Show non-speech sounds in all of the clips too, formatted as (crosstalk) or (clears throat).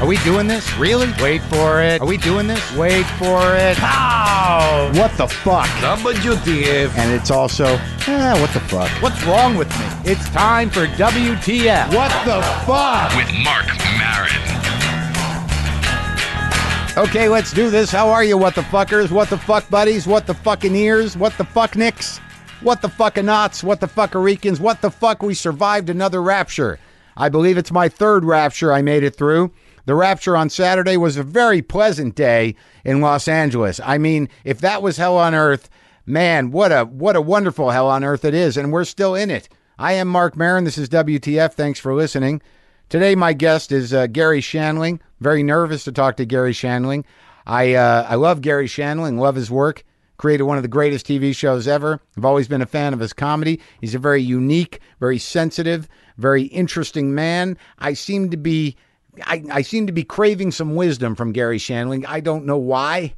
Are we doing this? Really? Wait for it. Are we doing this? Wait for it. Pow! What the fuck? WTF. And it's also, eh, what the fuck? What's wrong with me? It's time for WTF. What the fuck? With Mark Marin. Okay, let's do this. How are you, what the fuckers? What the fuck buddies? What the fucking ears? What the fuck nicks? What the fucking knots? What the fuckericans? What the fuck? We survived another rapture. I believe it's my third rapture I made it through. The rapture on Saturday was a very pleasant day in Los Angeles. I mean, if that was hell on earth, man, what a what a wonderful hell on earth it is, and we're still in it. I am Mark Marin. This is WTF. Thanks for listening. Today, my guest is uh, Gary Shanling. Very nervous to talk to Gary Shanling. I uh, I love Gary Shanling. Love his work. Created one of the greatest TV shows ever. I've always been a fan of his comedy. He's a very unique, very sensitive, very interesting man. I seem to be. I, I seem to be craving some wisdom from Gary Shanling. I don't know why.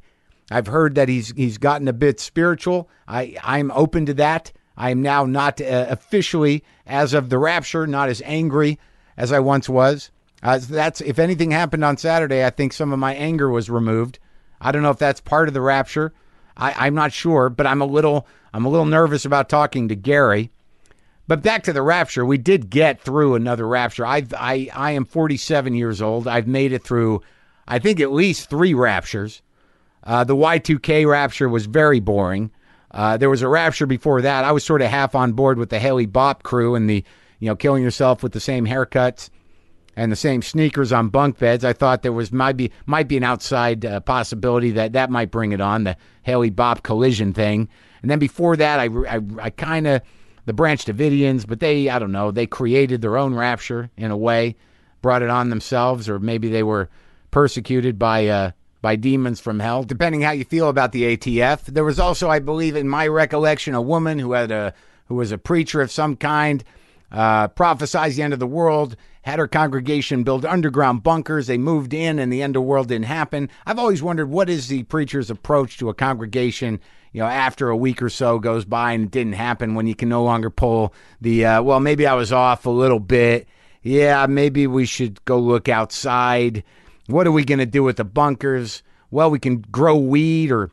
I've heard that he's he's gotten a bit spiritual. I I'm open to that. I am now not uh, officially, as of the rapture, not as angry as I once was. Uh, that's if anything happened on Saturday, I think some of my anger was removed. I don't know if that's part of the rapture. I, I'm not sure, but I'm a little I'm a little nervous about talking to Gary. But back to the rapture, we did get through another rapture. I've, I I am 47 years old. I've made it through, I think at least three raptures. Uh, the Y2K rapture was very boring. Uh, there was a rapture before that. I was sort of half on board with the Haley Bop crew and the, you know, killing yourself with the same haircuts and the same sneakers on bunk beds. I thought there was might be might be an outside uh, possibility that that might bring it on the Haley Bop collision thing. And then before that, I I, I kind of the Branch Davidians, but they I don't know they created their own rapture in a way, brought it on themselves, or maybe they were persecuted by uh, by demons from hell. Depending how you feel about the ATF, there was also I believe in my recollection a woman who had a who was a preacher of some kind uh, prophesies the end of the world, had her congregation build underground bunkers. They moved in, and the end of the world didn't happen. I've always wondered what is the preacher's approach to a congregation. You know, after a week or so goes by and it didn't happen, when you can no longer pull the uh, well, maybe I was off a little bit. Yeah, maybe we should go look outside. What are we going to do with the bunkers? Well, we can grow weed or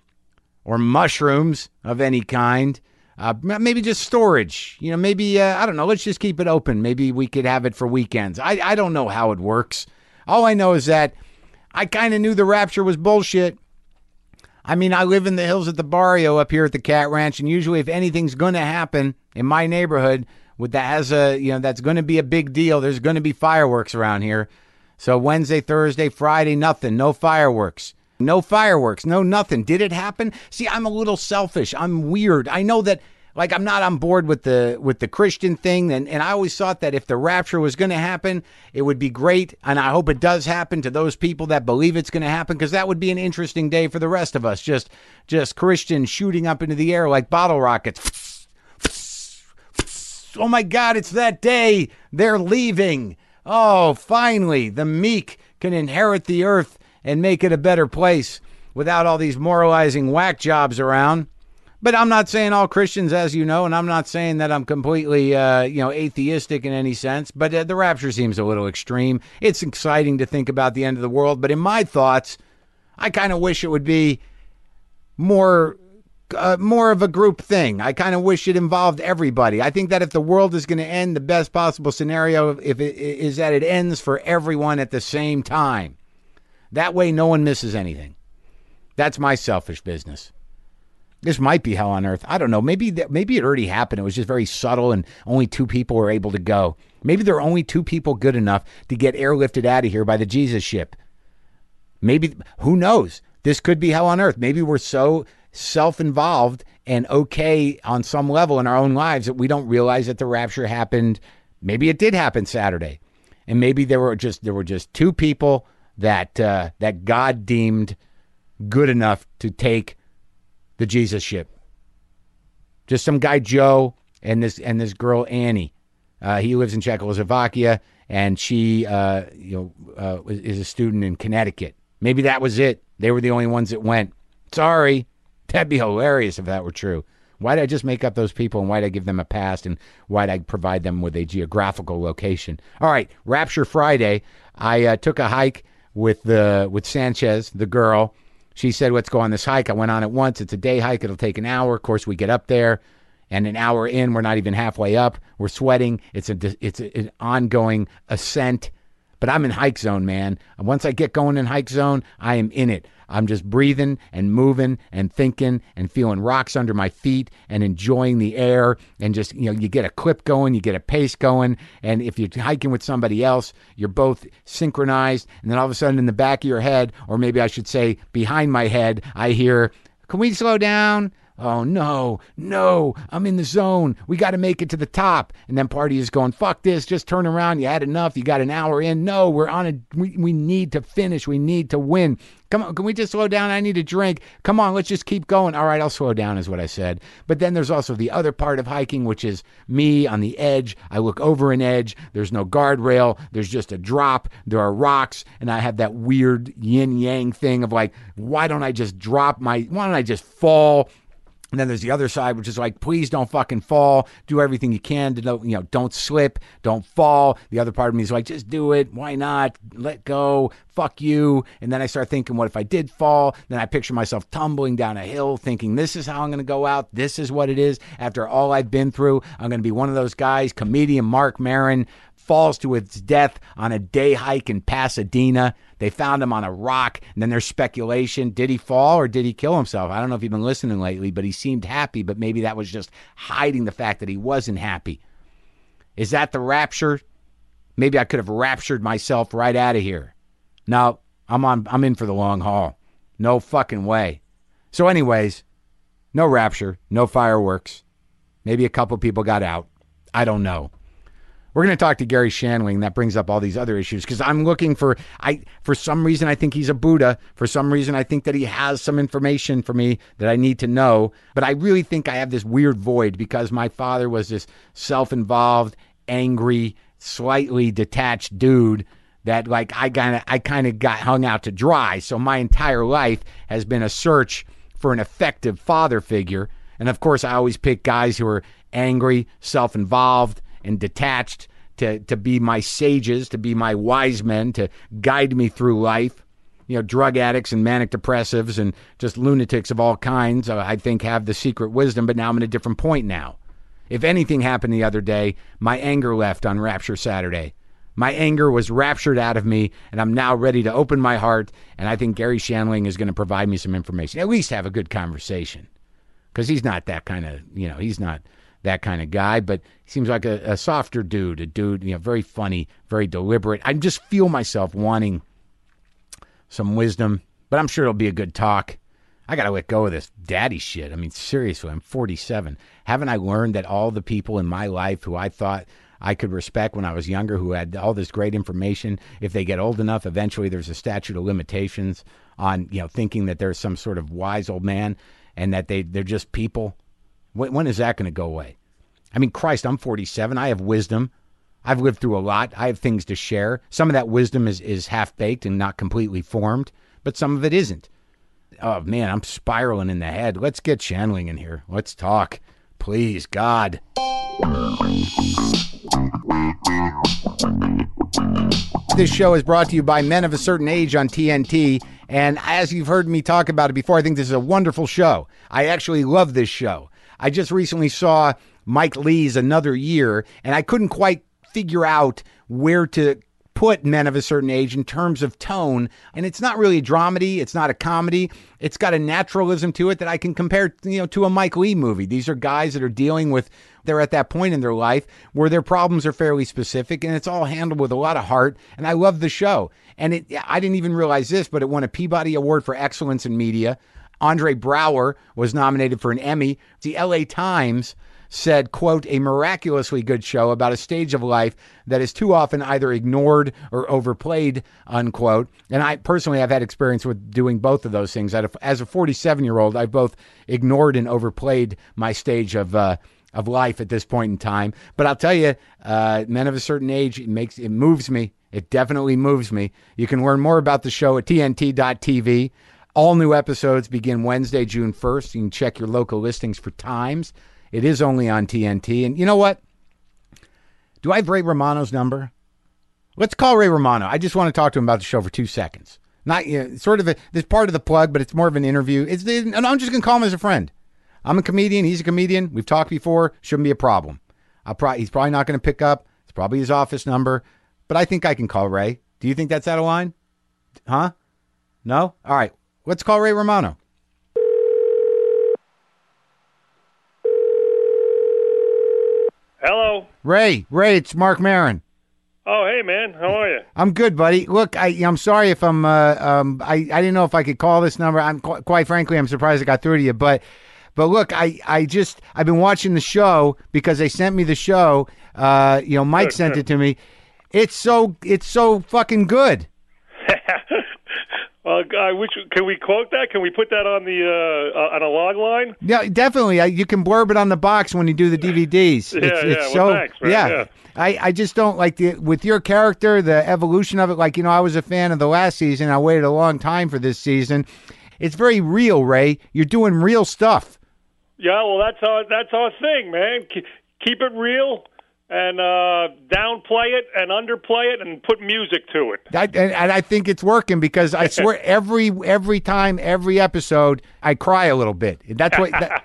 or mushrooms of any kind. Uh, m- maybe just storage. You know, maybe uh, I don't know. Let's just keep it open. Maybe we could have it for weekends. I I don't know how it works. All I know is that I kind of knew the rapture was bullshit. I mean, I live in the hills at the barrio up here at the Cat Ranch, and usually, if anything's going to happen in my neighborhood, with that has a you know that's going to be a big deal. There's going to be fireworks around here. So Wednesday, Thursday, Friday, nothing. No fireworks. No fireworks. No nothing. Did it happen? See, I'm a little selfish. I'm weird. I know that like I'm not on board with the with the Christian thing and, and I always thought that if the rapture was going to happen, it would be great and I hope it does happen to those people that believe it's going to happen because that would be an interesting day for the rest of us. Just just Christians shooting up into the air like bottle rockets. Oh my God, it's that day. They're leaving. Oh, finally, the meek can inherit the earth and make it a better place without all these moralizing whack jobs around. But I'm not saying all Christians, as you know, and I'm not saying that I'm completely, uh, you know, atheistic in any sense. But uh, the rapture seems a little extreme. It's exciting to think about the end of the world, but in my thoughts, I kind of wish it would be more uh, more of a group thing. I kind of wish it involved everybody. I think that if the world is going to end, the best possible scenario if it, is that it ends for everyone at the same time. That way, no one misses anything. That's my selfish business. This might be hell on earth. I don't know. Maybe that maybe it already happened. It was just very subtle, and only two people were able to go. Maybe there are only two people good enough to get airlifted out of here by the Jesus ship. Maybe who knows? This could be hell on earth. Maybe we're so self-involved and okay on some level in our own lives that we don't realize that the rapture happened. Maybe it did happen Saturday, and maybe there were just there were just two people that uh, that God deemed good enough to take the Jesus ship. Just some guy Joe and this and this girl Annie. Uh, he lives in Czechoslovakia, and she uh, you know uh, was- is a student in Connecticut. Maybe (laughs) that was it. They were the only ones that went. Sorry, that'd be hilarious if that were true. Why'd I just make up those people and why'd I give them a past and why'd I provide them with a geographical location? All right, Rapture Friday. I uh, took a hike with the with Sanchez, the girl. She said, "Let's go on this hike." I went on it once. It's a day hike. It'll take an hour. Of course, we get up there, and an hour in, we're not even halfway up. We're sweating. It's a it's a, an ongoing ascent. But I'm in hike zone, man. And Once I get going in hike zone, I am in it. I'm just breathing and moving and thinking and feeling rocks under my feet and enjoying the air and just you know you get a clip going, you get a pace going, and if you're hiking with somebody else, you're both synchronized. And then all of a sudden, in the back of your head, or maybe I should say behind my head, I hear, "Can we slow down?" Oh no, no, I'm in the zone. We got to make it to the top. And then party is going, fuck this, just turn around. You had enough. You got an hour in. No, we're on a, we, we need to finish. We need to win. Come on, can we just slow down? I need a drink. Come on, let's just keep going. All right, I'll slow down, is what I said. But then there's also the other part of hiking, which is me on the edge. I look over an edge. There's no guardrail. There's just a drop. There are rocks. And I have that weird yin yang thing of like, why don't I just drop my, why don't I just fall? And then there's the other side, which is like, please don't fucking fall. Do everything you can to don't, you know, don't slip, don't fall. The other part of me is like, just do it. Why not? Let go. Fuck you. And then I start thinking, what if I did fall? Then I picture myself tumbling down a hill, thinking, this is how I'm going to go out. This is what it is. After all I've been through, I'm going to be one of those guys, comedian Mark Marin, falls to his death on a day hike in Pasadena. They found him on a rock, and then there's speculation did he fall or did he kill himself? I don't know if you've been listening lately, but he seemed happy, but maybe that was just hiding the fact that he wasn't happy. Is that the rapture? Maybe I could have raptured myself right out of here. No, I'm on I'm in for the long haul. No fucking way. So anyways, no rapture, no fireworks. Maybe a couple people got out. I don't know. We're going to talk to Gary Shanling. That brings up all these other issues because I'm looking for I for some reason I think he's a Buddha. For some reason I think that he has some information for me that I need to know. But I really think I have this weird void because my father was this self-involved, angry, slightly detached dude that like I kind of I kind of got hung out to dry. So my entire life has been a search for an effective father figure. And of course, I always pick guys who are angry, self-involved, and detached to to be my sages, to be my wise men, to guide me through life. You know, drug addicts and manic depressives and just lunatics of all kinds. uh, I think have the secret wisdom, but now I'm at a different point now. If anything happened the other day, my anger left on Rapture Saturday. My anger was raptured out of me, and I'm now ready to open my heart. And I think Gary Shanling is going to provide me some information, at least have a good conversation because he's not that kind of you know he's not that kind of guy but he seems like a, a softer dude a dude you know very funny very deliberate i just feel myself wanting some wisdom but i'm sure it'll be a good talk i gotta let go of this daddy shit i mean seriously i'm 47 haven't i learned that all the people in my life who i thought I could respect when I was younger, who had all this great information. If they get old enough, eventually there's a statute of limitations on you know thinking that there's some sort of wise old man and that they they're just people. When, when is that going to go away? I mean, Christ, I'm 47. I have wisdom. I've lived through a lot. I have things to share. Some of that wisdom is is half baked and not completely formed, but some of it isn't. Oh man, I'm spiraling in the head. Let's get Shanling in here. Let's talk, please, God. This show is brought to you by Men of a Certain Age on TNT. And as you've heard me talk about it before, I think this is a wonderful show. I actually love this show. I just recently saw Mike Lee's Another Year, and I couldn't quite figure out where to put men of a certain age in terms of tone. And it's not really a dramedy. It's not a comedy. It's got a naturalism to it that I can compare, you know, to a Mike Lee movie. These are guys that are dealing with, they're at that point in their life where their problems are fairly specific and it's all handled with a lot of heart. And I love the show. And it, I didn't even realize this, but it won a Peabody Award for Excellence in Media. Andre Brower was nominated for an Emmy. The LA Times said, quote, a miraculously good show about a stage of life that is too often either ignored or overplayed, unquote. And I personally have had experience with doing both of those things. As a 47 year old, I both ignored and overplayed my stage of, uh, of life at this point in time. But I'll tell you, uh, men of a certain age, it makes, it moves me. It definitely moves me. You can learn more about the show at TNT.tv. All new episodes begin Wednesday, June 1st. You can check your local listings for times. It is only on TNT. And you know what? Do I have Ray Romano's number? Let's call Ray Romano. I just want to talk to him about the show for two seconds. Not you know, sort of a, this part of the plug, but it's more of an interview. It's the, and I'm just gonna call him as a friend. I'm a comedian. He's a comedian. We've talked before. Shouldn't be a problem. I probably he's probably not going to pick up. It's probably his office number, but I think I can call Ray. Do you think that's out of line? Huh? No. All right. Let's call Ray Romano. Hello. Ray, Ray, it's Mark Marin. Oh, hey, man. How are you? (laughs) I'm good, buddy. Look, I, I'm sorry if I'm. Uh, um, I I didn't know if I could call this number. I'm qu- quite frankly, I'm surprised I got through to you. But, but look, I, I just I've been watching the show because they sent me the show. Uh, you know, Mike sent it to me. It's so it's so fucking good. Well, Uh, I wish, can we quote that? Can we put that on the uh, uh, on a log line? Yeah, definitely. I, you can blurb it on the box when you do the DVDs. (laughs) Yeah, it's, yeah. it's Well, so thanks, man. yeah. Yeah. I, I just don't like the with your character, the evolution of it. Like you know, I was a fan of the last season. I waited a long time for this season. It's very real, Ray. You're doing real stuff. Yeah, well, that's our that's our thing, man. K- Keep it real and uh, downplay it and underplay it and put music to it. I, and, and I think it's working because (laughs) I swear every every time every episode I cry a little bit. That's what. (laughs) that-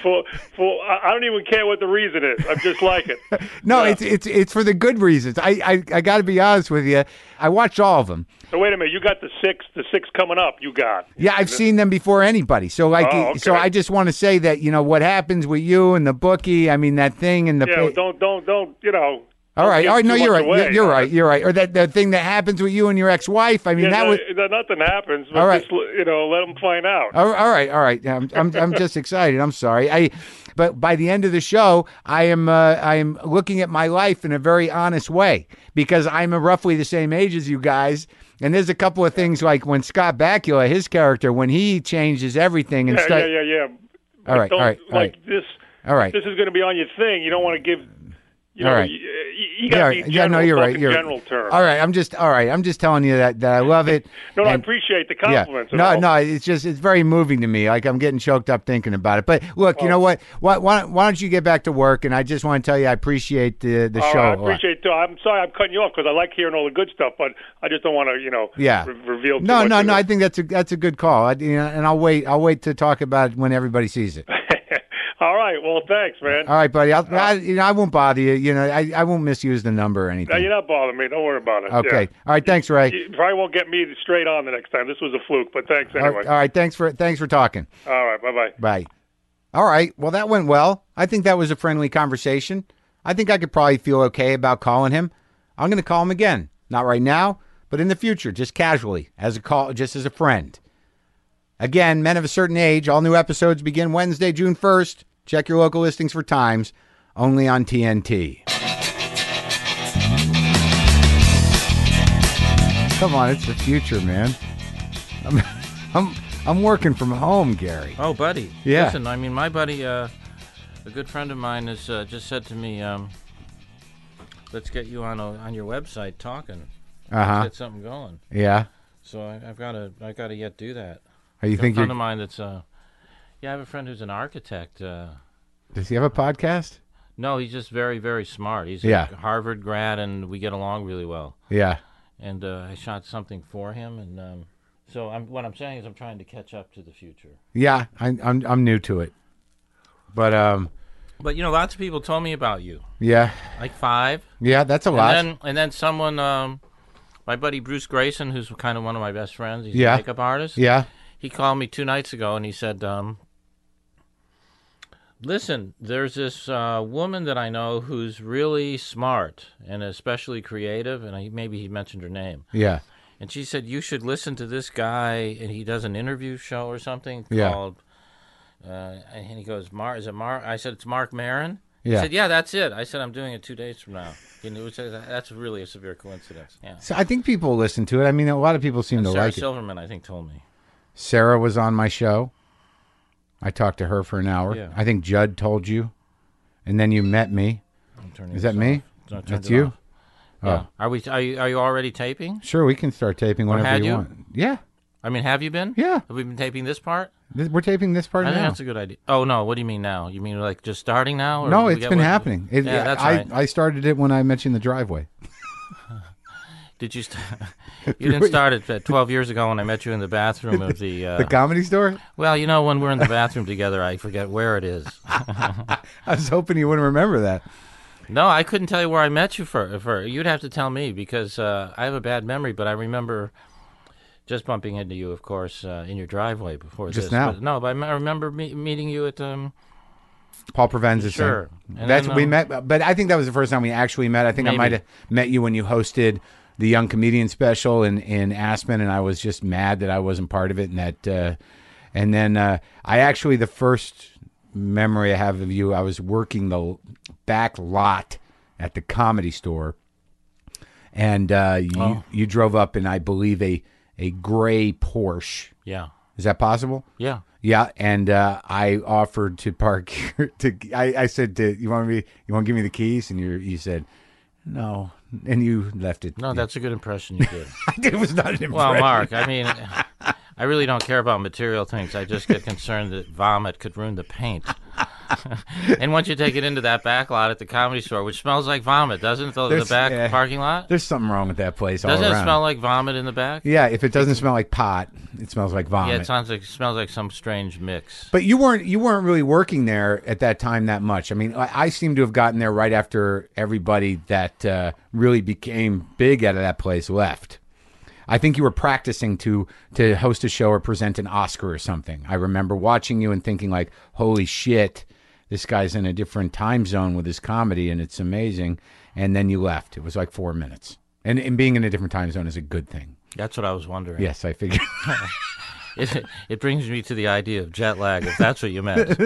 For for I I don't even care what the reason is. I just like (laughs) it. no, Yeah. it's it's it's for the good reasons. I I, I got to be honest with you. I watch all of them. So wait a minute. You got the six. The six coming up. You got. Yeah, I've seen them before anybody. So like, Oh, okay. so I just want to say that you know what happens with you and the bookie. I mean that thing and the. Yeah. well, Don't don't don't. You know. all right, give all right. No, too you're much right. away. You're, you're right. You're right. Or that the thing that happens with you and your ex-wife. I mean Yeah, that no, was. no, nothing happens. But All right. Just, you know, let them find out. Oh, All all right, all right. I'm, I'm, I'm just excited. I'm sorry. I, but by the end of the show, I am uh, I am looking at my life in a very honest way because I'm roughly the same age as you guys. And there's a couple of things like when Scott Bakula, his character, when he changes everything and Yeah, start- yeah, yeah, yeah. All right, Don't, all right, all like right, this. all right. This is going to be on your thing. You don't want to give. You know, All right. you, you got to yeah, be general. yeah, no, you're right. talking You're general terms. All right, I'm just all right. I'm just telling you that that I love it. (laughs) No, no, I and- appreciate the compliments. and No, all. no, it's just it's very moving to me. Like I'm getting choked up thinking about it. But look, you know what? Why, why, why don't you get back to work? And I just want to tell you, I appreciate the the All show. uh, right, I a lot. appreciate. Too. I'm sorry, I'm cutting you off because I like hearing all the good stuff, but I just don't want to, you know, Yeah. re- reveal. Too No, much no, of no. I it. think that's a that's a good call. I, you know, and I'll wait. I'll wait to talk about it when everybody sees it. (laughs) all right. Well, thanks, man. All right, (laughs) buddy. I'll, I, you know, I won't bother you. You know, I, I won't misuse the number or Now, anything. you're not bothering me. Don't worry about it. okay. Yeah. All right. Thanks, Ray. You probably won't get me straight on the next time. This was a fluke, but thanks All anyway. right. all right. Thanks for thanks for talking. all right. Bye bye. Right. All right. Well, that went well. I think that was a friendly conversation. I think I could probably feel okay about calling him. I'm going to call him again. Not right now, but in the future, just casually, as a call, just as a friend. Again, men of a certain age, all new episodes begin Wednesday, June 1st. Check your local listings for times, only on TNT. Come on, it's the future, man. I'm, (laughs) I'm, I'm working from home, Gary. Oh, buddy. Yeah. Listen, I mean, my buddy, uh, a good friend of mine, has uh, just said to me, um, "Let's get you on a, on your website talking. Uh huh. Get something going." Yeah. So I, I've got to, I got to yet do that. Are you Got a think friend you're, of mine that's, uh, yeah, I have a friend who's an architect. Uh, does he have a podcast? no, he's just very, very smart. He's Yeah. a Harvard grad, and we get along really well. Yeah. And uh, I shot something for him, and um, so I'm, what I'm saying is, I'm trying to catch up to the future. Yeah, I, I'm I'm new to it, but um, But you know, lots of people told me about you, yeah, like five. yeah, that's a lot. And then, and then someone, um, my buddy Bruce Grayson, who's kind of one of my best friends, he's Yeah. a makeup artist. yeah, He called me two nights ago and he said, um, "Listen, there's this uh, woman that I know who's really smart and especially creative, and I, maybe he mentioned her name. yeah, And she said you should listen to this guy, and he does an interview show or something Yeah. called." Uh, and he goes, "Mar, is it Mar?" I said, "It's Mark Marin." Yeah. He said, "Yeah, that's it." I said, "I'm doing it two days from now." (laughs) And it was, uh, that's really a severe coincidence. Yeah. So I think people listen to it. I mean, a lot of people seem to Sarah like it. Silverman, I think, told me. Sarah was on my show. I talked to her for an hour. Yeah. I think Judd told you, and then you met me. I'm turning Is this that me? off. No, I turned That's it you? Oh. off. Yeah. Are we? Are you? Are you already taping? Sure, we can start taping whenever had you, you? want. Yeah, I mean, have you been? Yeah. Have we been taping this part? Th- We're taping this part I think now. that's a good idea. Oh no, what do you mean now? You mean like just starting now? Or No, we it's got been what- happening. It, yeah, that's I, right. I started it when I mentioned the driveway. Did you? St- (laughs) you (laughs) didn't start it uh, 12 years ago when I met you in the bathroom of the. Uh, The comedy store? well, you know, when we're in the bathroom together, I forget where it is. (laughs) I was hoping you wouldn't remember that. No, I couldn't tell you where I met you for. for you'd have to tell me because uh, I have a bad memory, but I remember just bumping into you, of course, uh, in your driveway before Just this. now. But, no, but I me- I remember me- meeting you at. Um, Paul Provenza. Sure. And That's then, we um, met, but I think that was the first time we actually met. I think I Maybe. might have met you when you hosted the Young Comedian Special in in Aspen, and I was just mad that I wasn't part of it, and that, uh, and then uh, I actually the first memory I have of you, I was working the back lot at the comedy store, and uh, you you drove up in I believe a a gray Porsche. yeah, Is that possible? yeah. Yeah, and uh, I offered to park. (laughs) your- To I, I said to you want me you want to give me the keys, and you you said no, and you left it. (laughs) No, that's a good impression you did. it was not (laughs) an impression. Well, Mark, I mean, I really don't care about material things. I just get concerned that vomit could ruin the paint. (laughs) and once you take it into that back lot at the comedy store, which smells like vomit, doesn't it? The, the There's- back yeah. parking lot? There's something wrong with that place Doesn't all it around. smell like vomit in the back? yeah, if it doesn't smell like pot, it smells like Yeah, vomit. it sounds like smells like some strange mix. but you weren't you weren't really working there at that time that much. I mean, I, I seem to have gotten there right after everybody that uh, really became big out of that place left. I think you were practicing to to host a show or present an Oscar or something. I remember watching you and thinking like, "Holy shit, this guy's in a different time zone with his comedy, and it's amazing." And then you left. It was like four minutes, and and being in a different time zone is a good thing. That's what I was wondering. Yes, I figured. It, it brings me to the idea of jet lag, if that's what you (laughs) meant.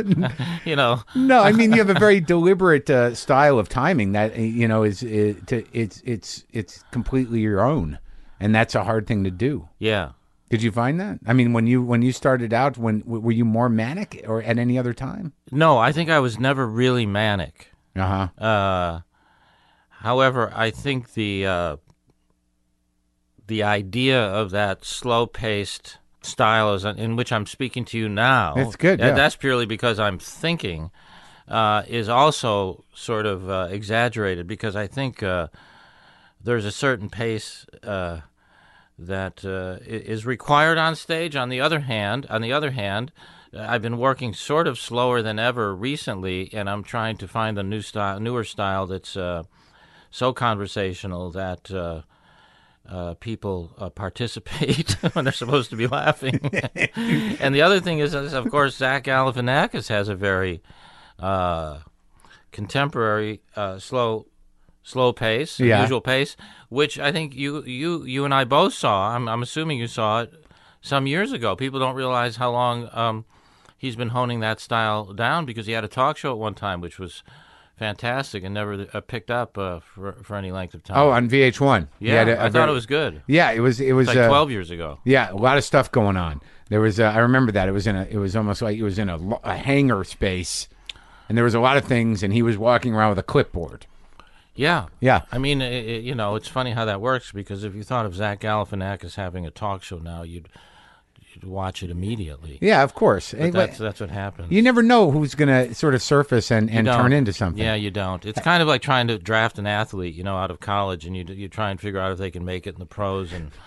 (laughs) you know, No, I mean you have a very deliberate uh, style of timing that uh, you know is it, to, it's it's it's completely your own, and that's a hard thing to do. yeah. Did you find that? I mean, when you when you started out, when w- were you more manic or at any other time? No, I think I was never really manic. Uh huh. Uh, however, I think the uh, the idea of that slow paced style is in which I'm speaking to you now. That's good, that- yeah. That's purely because I'm thinking uh, is also sort of uh, exaggerated because I think uh, there's a certain pace. Uh, that uh, i- is required on stage. On the other hand, on the other hand, uh, I've been working sort of slower than ever recently, and I'm trying to find the new style, newer style that's uh, so conversational that. Uh, uh, people uh, (laughs) participate when they're supposed to be laughing, (laughs) and the other thing is, is, of course, Zach Galifianakis has a very uh, contemporary, uh, slow, slow pace, Yeah. unusual pace, which I think you, you, you and I both saw. I'm, I'm assuming you saw it some years ago. People don't realize how long um, he's been honing that style down because he had a talk show at one time, which was fantastic and never uh, picked up uh, for, for any length of time. Oh, on VH1. You yeah, had I a- a thought very- it was good. Yeah, it was. It was It's like uh, 12 years ago. Yeah, a lot of stuff going on. There was. Uh, I remember that it was in a. It was almost like it was in a, lo- a hangar space, and there was a lot of things, and he was walking around with a clipboard. Yeah. Yeah. I mean, i i you know, it's funny how that works because if you thought of Zach Galifianakis having a talk show now, you'd, you'd watch it immediately. Yeah, of course. Anyway- That's that's what happens. You never know who's going to sort of surface and, and don't. turn into something. Yeah, you don't. It's kind of like trying to draft an athlete, you know, out of college, and you you try and figure out if they can make it in the pros, and (laughs)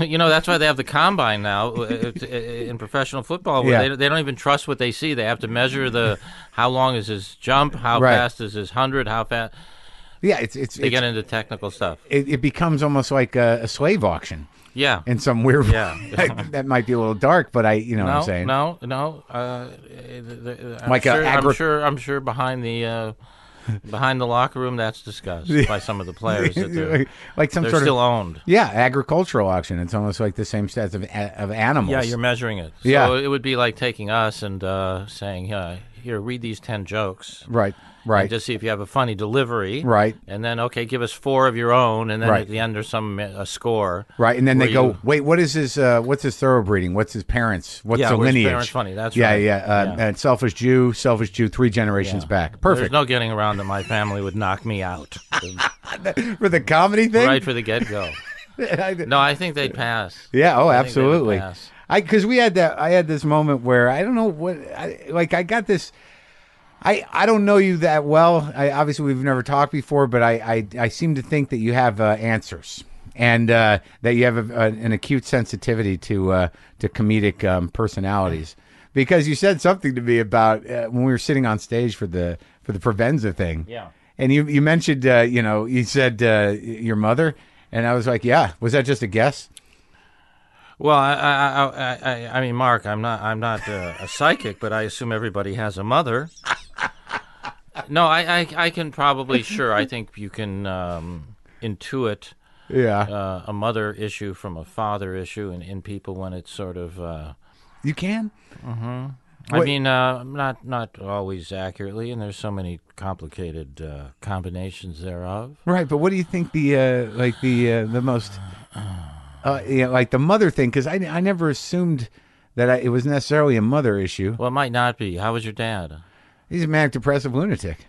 you know that's why they have the combine now uh, uh, in professional football, where Yeah. they, they don't even trust what they see. They have to measure the how long is his jump, how Right. fast is his hundred, how fast Yeah, it's it's, they it's get into technical stuff. it, it becomes almost like a, a slave auction Yeah. in some weird way. Yeah. (laughs) That- that might be a little dark, but I you know what I'm no, saying. no, no. Uh, th- th- I'm Like a sure, I'm agri- sure. I'm sure behind the uh, behind the locker room, that's (laughs) discussed by some of the players. That they're, (laughs) like some they're sort still of owned. yeah agricultural auction. It's almost like the same stats of a- of animals. Yeah, you're measuring it. So Yeah. it would be like taking us and uh, saying, yeah, here, read these 10 jokes. right, right. And just see if you have a funny delivery. Right. And then, okay, give us four of your own. And then Right. at the end, there's some a score. Right, and then they where go, you- "Wait, what is his? Uh, what's his thoroughbreeding? What's his parents? What's Yeah, the where's lineage?" parents funny, that's yeah, right. yeah, uh, Yeah. And selfish Jew, selfish Jew, three generations back. There's Perfect no getting (laughs) around that my family would knock me out for the comedy thing. (laughs) right for the get go. No, I think they pass. Yeah. Oh, I think they would absolutely. pass. I because we had that. I had this moment where I don't know what. I, like I got this. I I don't know you that well. I obviously we've never talked before, but I I, I seem to think that you have uh, answers and uh, that you have a, a, an acute sensitivity to uh, to comedic um, personalities because you said something to me about uh, when we were sitting on stage for the for the Provenza thing. Yeah. And you you mentioned uh, you know you said uh, your mother and I was like yeah was that just a guess. Well, I, I, I, I, I mean, Mark, I'm not, I'm not uh, a psychic, but I assume everybody has a mother. No, I, I, I can probably, sure, I think you can um, intuit Yeah. uh, a mother issue from a father issue in, in people when it's sort of. Uh, You can. I mean, uh, not not always accurately, and there's so many complicated uh, combinations thereof. Right, but what do you think the uh, like the uh, the most uh, yeah, like the mother thing? Because I I never assumed that I, it was necessarily a mother issue. Well, it might not be. How was your dad? He's a manic depressive lunatic.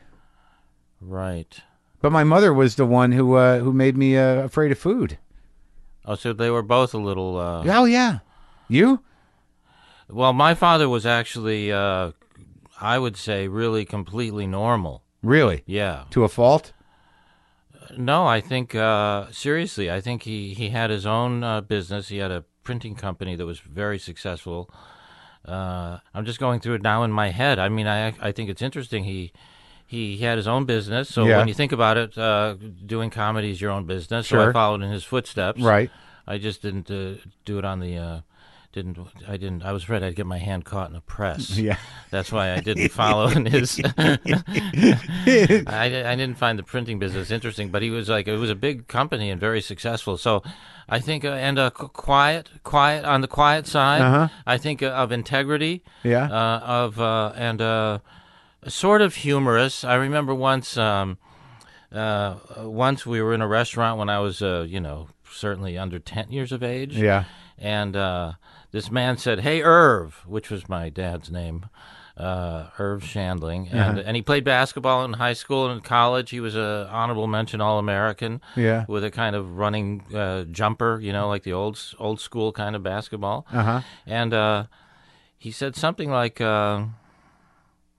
Right. But my mother was the one who uh, who made me uh, afraid of food. Oh, so they were both a little. Uh, Oh yeah, you Well, my father was actually, uh, I would say, really completely normal. really Yeah. to a fault. No, I think uh, seriously, I think he he had his own uh, business. He had a printing company that was very successful. Uh, I'm just going through it now in my head. I mean, I I think it's interesting. He he had his own business. So Yeah. when you think about it, uh, doing comedy is your own business. So Sure. I followed in his footsteps. Right. I just didn't uh, do it on the. Uh, didn't I didn't I was afraid I'd get my hand caught in a press. (laughs) Yeah. That's why I didn't follow in (laughs) his I, I didn't find the printing business interesting, but he was like it was a big company and very successful. So I think uh, and uh, qu- quiet, quiet on the quiet side. Uh-huh. I think uh, of integrity. Yeah. Uh, of uh, and uh, sort of humorous. I remember once. Um, uh, once we were in a restaurant when I was, uh, you know, certainly under ten years of age. Yeah. And uh, this man said, "Hey, Irv," which was my dad's name, uh, Irv Shandling, and and he played basketball in high school and in college. He was a honorable mention All American. Yeah. With a kind of running uh, jumper, you know, like the old s- old school kind of basketball. Uh-huh. And uh, he said something like, uh,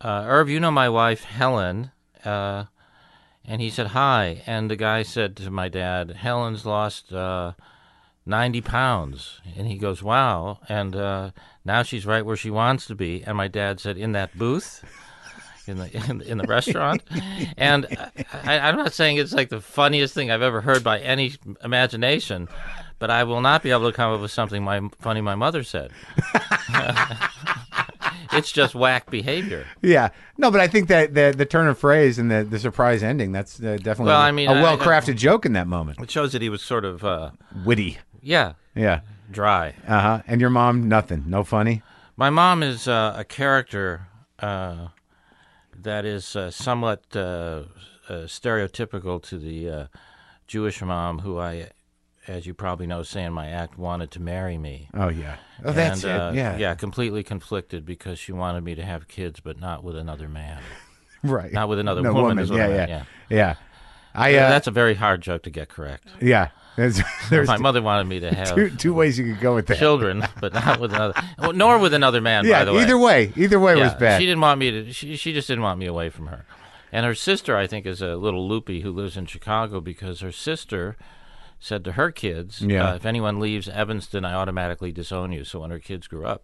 uh, "Irv, you know my wife Helen." Uh, and he said, "Hi." And the guy said to my dad, "Helen's lost." Uh, 90 pounds. And he goes, wow. And uh, now she's right where she wants to be. And my dad said, in that booth. In the (laughs) in, the- in the restaurant, and I, I'm not saying it's like the funniest thing I've ever heard by any imagination, but I will not be able to come up with something my funny my mother (laughs) said. it's just whack behavior. Yeah, no, but I think that the the turn of phrase and the, the surprise ending that's uh, definitely Well, I mean, a I- well crafted joke in that moment. It shows that he was sort of uh, Witty. yeah Yeah. dry. Uh huh. And your mom, nothing, no funny. My mom is uh, a character uh, that is uh, somewhat uh, uh, stereotypical to the uh, Jewish mom who I, as you probably know, say in my act, wanted to marry me. Oh yeah. Oh, that's and, uh, it. Yeah. Yeah, completely conflicted because she wanted me to have kids, but not with another man. Right. Not with another No, woman, is what Yeah, I yeah, meant, yeah. yeah. I uh, That's a very hard joke to get correct. yeah. There's, (laughs) there's My mother wanted (laughs) me to two, have two ways you could go with that. children, but not with another, well, nor with another man, yeah. by the way. Either way, either way was bad. She didn't want me to. She, she just didn't want me away from her. And her sister, I think, is a little loopy who lives in Chicago because her sister said to her kids, Yeah. uh, "If anyone leaves Evanston, I automatically disown you." So when her kids grew up,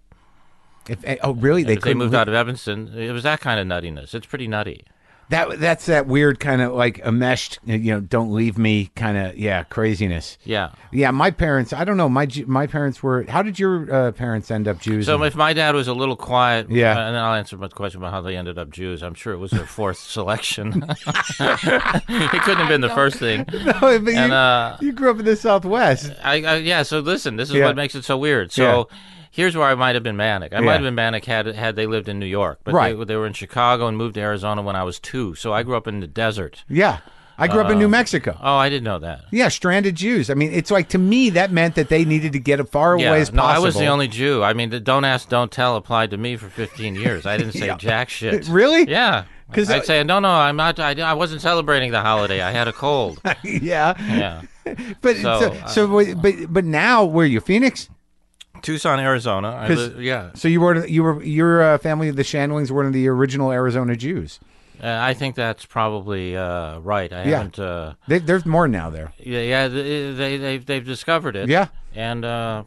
If, oh really? They if they couldn't moved li- out of Evanston, it was that kind of nuttiness. It's pretty nutty. That that's that weird kind of like enmeshed. eh, You know, don't leave me kind of yeah craziness. Yeah. Yeah, my parents. I don't know. My Ju- my parents were. How did your uh, parents end up Jews? (laughs) So and- if my dad was a little quiet, Yeah. and then I'll answer my question about how they ended up Jews. I'm sure it was their fourth (laughs) selection. it couldn't have been the first thing. No, Oh, but and, you, uh, you grew up in the Southwest. I, I yeah. So listen, this is Yeah. what makes it so weird. So here's where I might have been manic. I Yeah. might have been manic had had they lived in New York, but Right. they, they were in Chicago and moved to Arizona when I was two. So I grew up in the desert. Yeah, I grew up in New Mexico. Oh, I didn't know that. Yeah, stranded Jews. I mean, it's like to me that meant that they needed to get as far away Yeah, as no, possible. I was the (laughs) only Jew. I mean, the don't ask, don't tell applied to me for 15 years. I didn't say jack shit. Really? Yeah. Because I'd say, no, no, I'm not. I, I wasn't celebrating the holiday. I had (laughs) a cold. (laughs) yeah, Yeah, but so, So, so, uh, wait, but but now where are you Phoenix? Tucson, Arizona. I 'Cause- li- yeah, So you were you were your uh, family, the Shanlings, were one of the original Arizona Jews. uh, I think that's probably uh, right. I Yeah. haven't. Uh, They, there's more now there. yeah, yeah, th- eh, they they've they've discovered it. Yeah. and uh,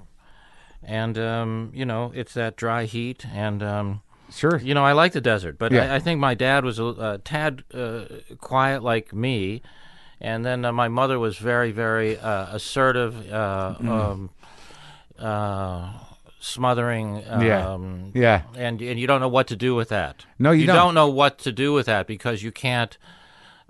and um, you know, it's that dry heat, and um, Sure. you know, I like the desert, but Yeah. I, I think my dad was a, a tad uh, quiet like me, and then uh, my mother was very, very uh, assertive, uh, Mm-hmm. um, uh, smothering. Um, Yeah. Yeah. And and you don't know what to do with that. No, you don't. know what to do with that because you can't.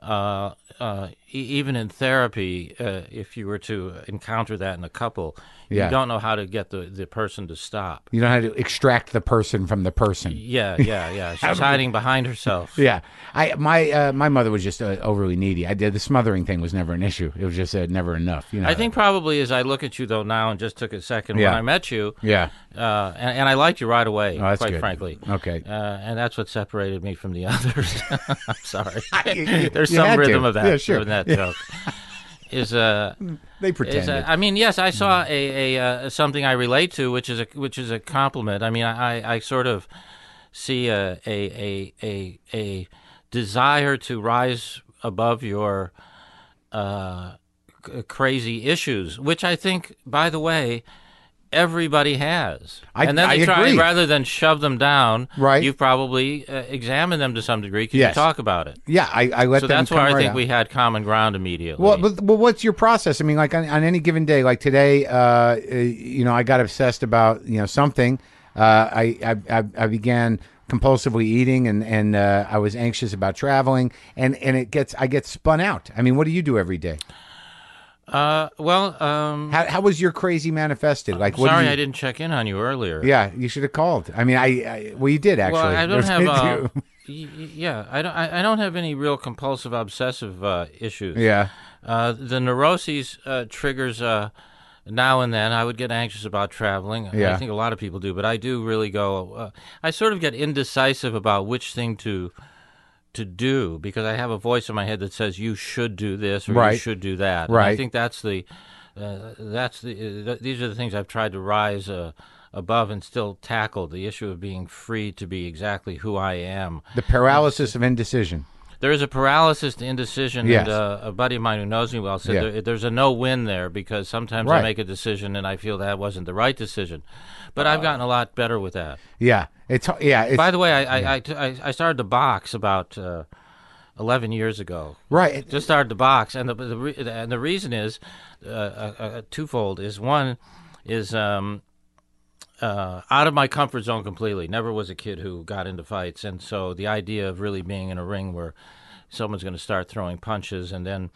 Uh, uh, e- even in therapy, uh, if you were to encounter that in a couple, Yeah. you don't know how to get the, the person to stop. You know how to extract the person from the person. (laughs) Yeah, yeah, yeah. She's hiding behind herself. Yeah, I my uh, my mother was just uh, overly needy. I did the smothering thing was never an issue. It was just uh, never enough. You know. I think probably as I look at you though now, and just took a second Yeah. when I met you, Yeah. uh, and, and I liked you right away. Oh, that's quite good. frankly, Okay. uh, and that's what separated me from the (laughs) others. I'm sorry. you- (laughs) (laughs) There's you had some to. rhythm of that. (laughs) Yeah, sure. of that joke. Is (laughs) uh, They is pretended. uh, I mean, yes, I saw Mm. a, a uh, something I relate to, which is a which is a compliment. I mean, I, I- I sort of see a a a a, a desire to rise above your uh, c- crazy issues, which I think, by the way. Everybody has, I- and then I they try agree. rather than shove them down. Right. you've probably uh, examined them to some degree because Yes. you talk about it. yeah, I, I let So them that's come where I right think out. we had common ground immediately. Well, but, well, what's your process? I mean, like on, on any given day, like today, uh, uh, you know, I got obsessed about you know something. Uh, I, I I I began compulsively eating, and and uh, I was anxious about traveling, and and it gets I get spun out. I mean, what do you do every day? uh, well, um, How how was your crazy manifested? Like, what do Sorry, you, I didn't check in on you earlier. Yeah, you should have called. I mean, I, I well, you did actually. Well, I don't have. Uh, (laughs) You- y- y- yeah, I don't. I I don't have any real compulsive obsessive uh, issues. yeah, Uh, the neuroses uh, triggers uh, now and then. I would get anxious about traveling. Yeah. I think a lot of people do, but I do really go. Uh, I sort of get indecisive about which thing to to do because I have a voice in my head that says you should do this or you Right. should do that. And I Right. think that's the uh, that's the uh, th- these are the things I've tried to rise uh, above and still tackle the issue of being free to be exactly who I am. the paralysis of indecision. There is a paralysis to indecision, Yes. and uh, a buddy of mine who knows me well said Yeah. there, there's a no win there because sometimes Right. I make a decision and I feel that wasn't the right decision. But Uh. I've gotten a lot better with that. Yeah, it's yeah, it's By the way, I, I- I t- I- I started to box about uh, 11 years ago. right. Just started to box, and the, the re- and the reason is uh, uh, uh, twofold. Is one is um, uh, out of my comfort zone completely. Never was a kid who got into fights, and so the idea of really being in a ring where someone's going to start throwing punches, and then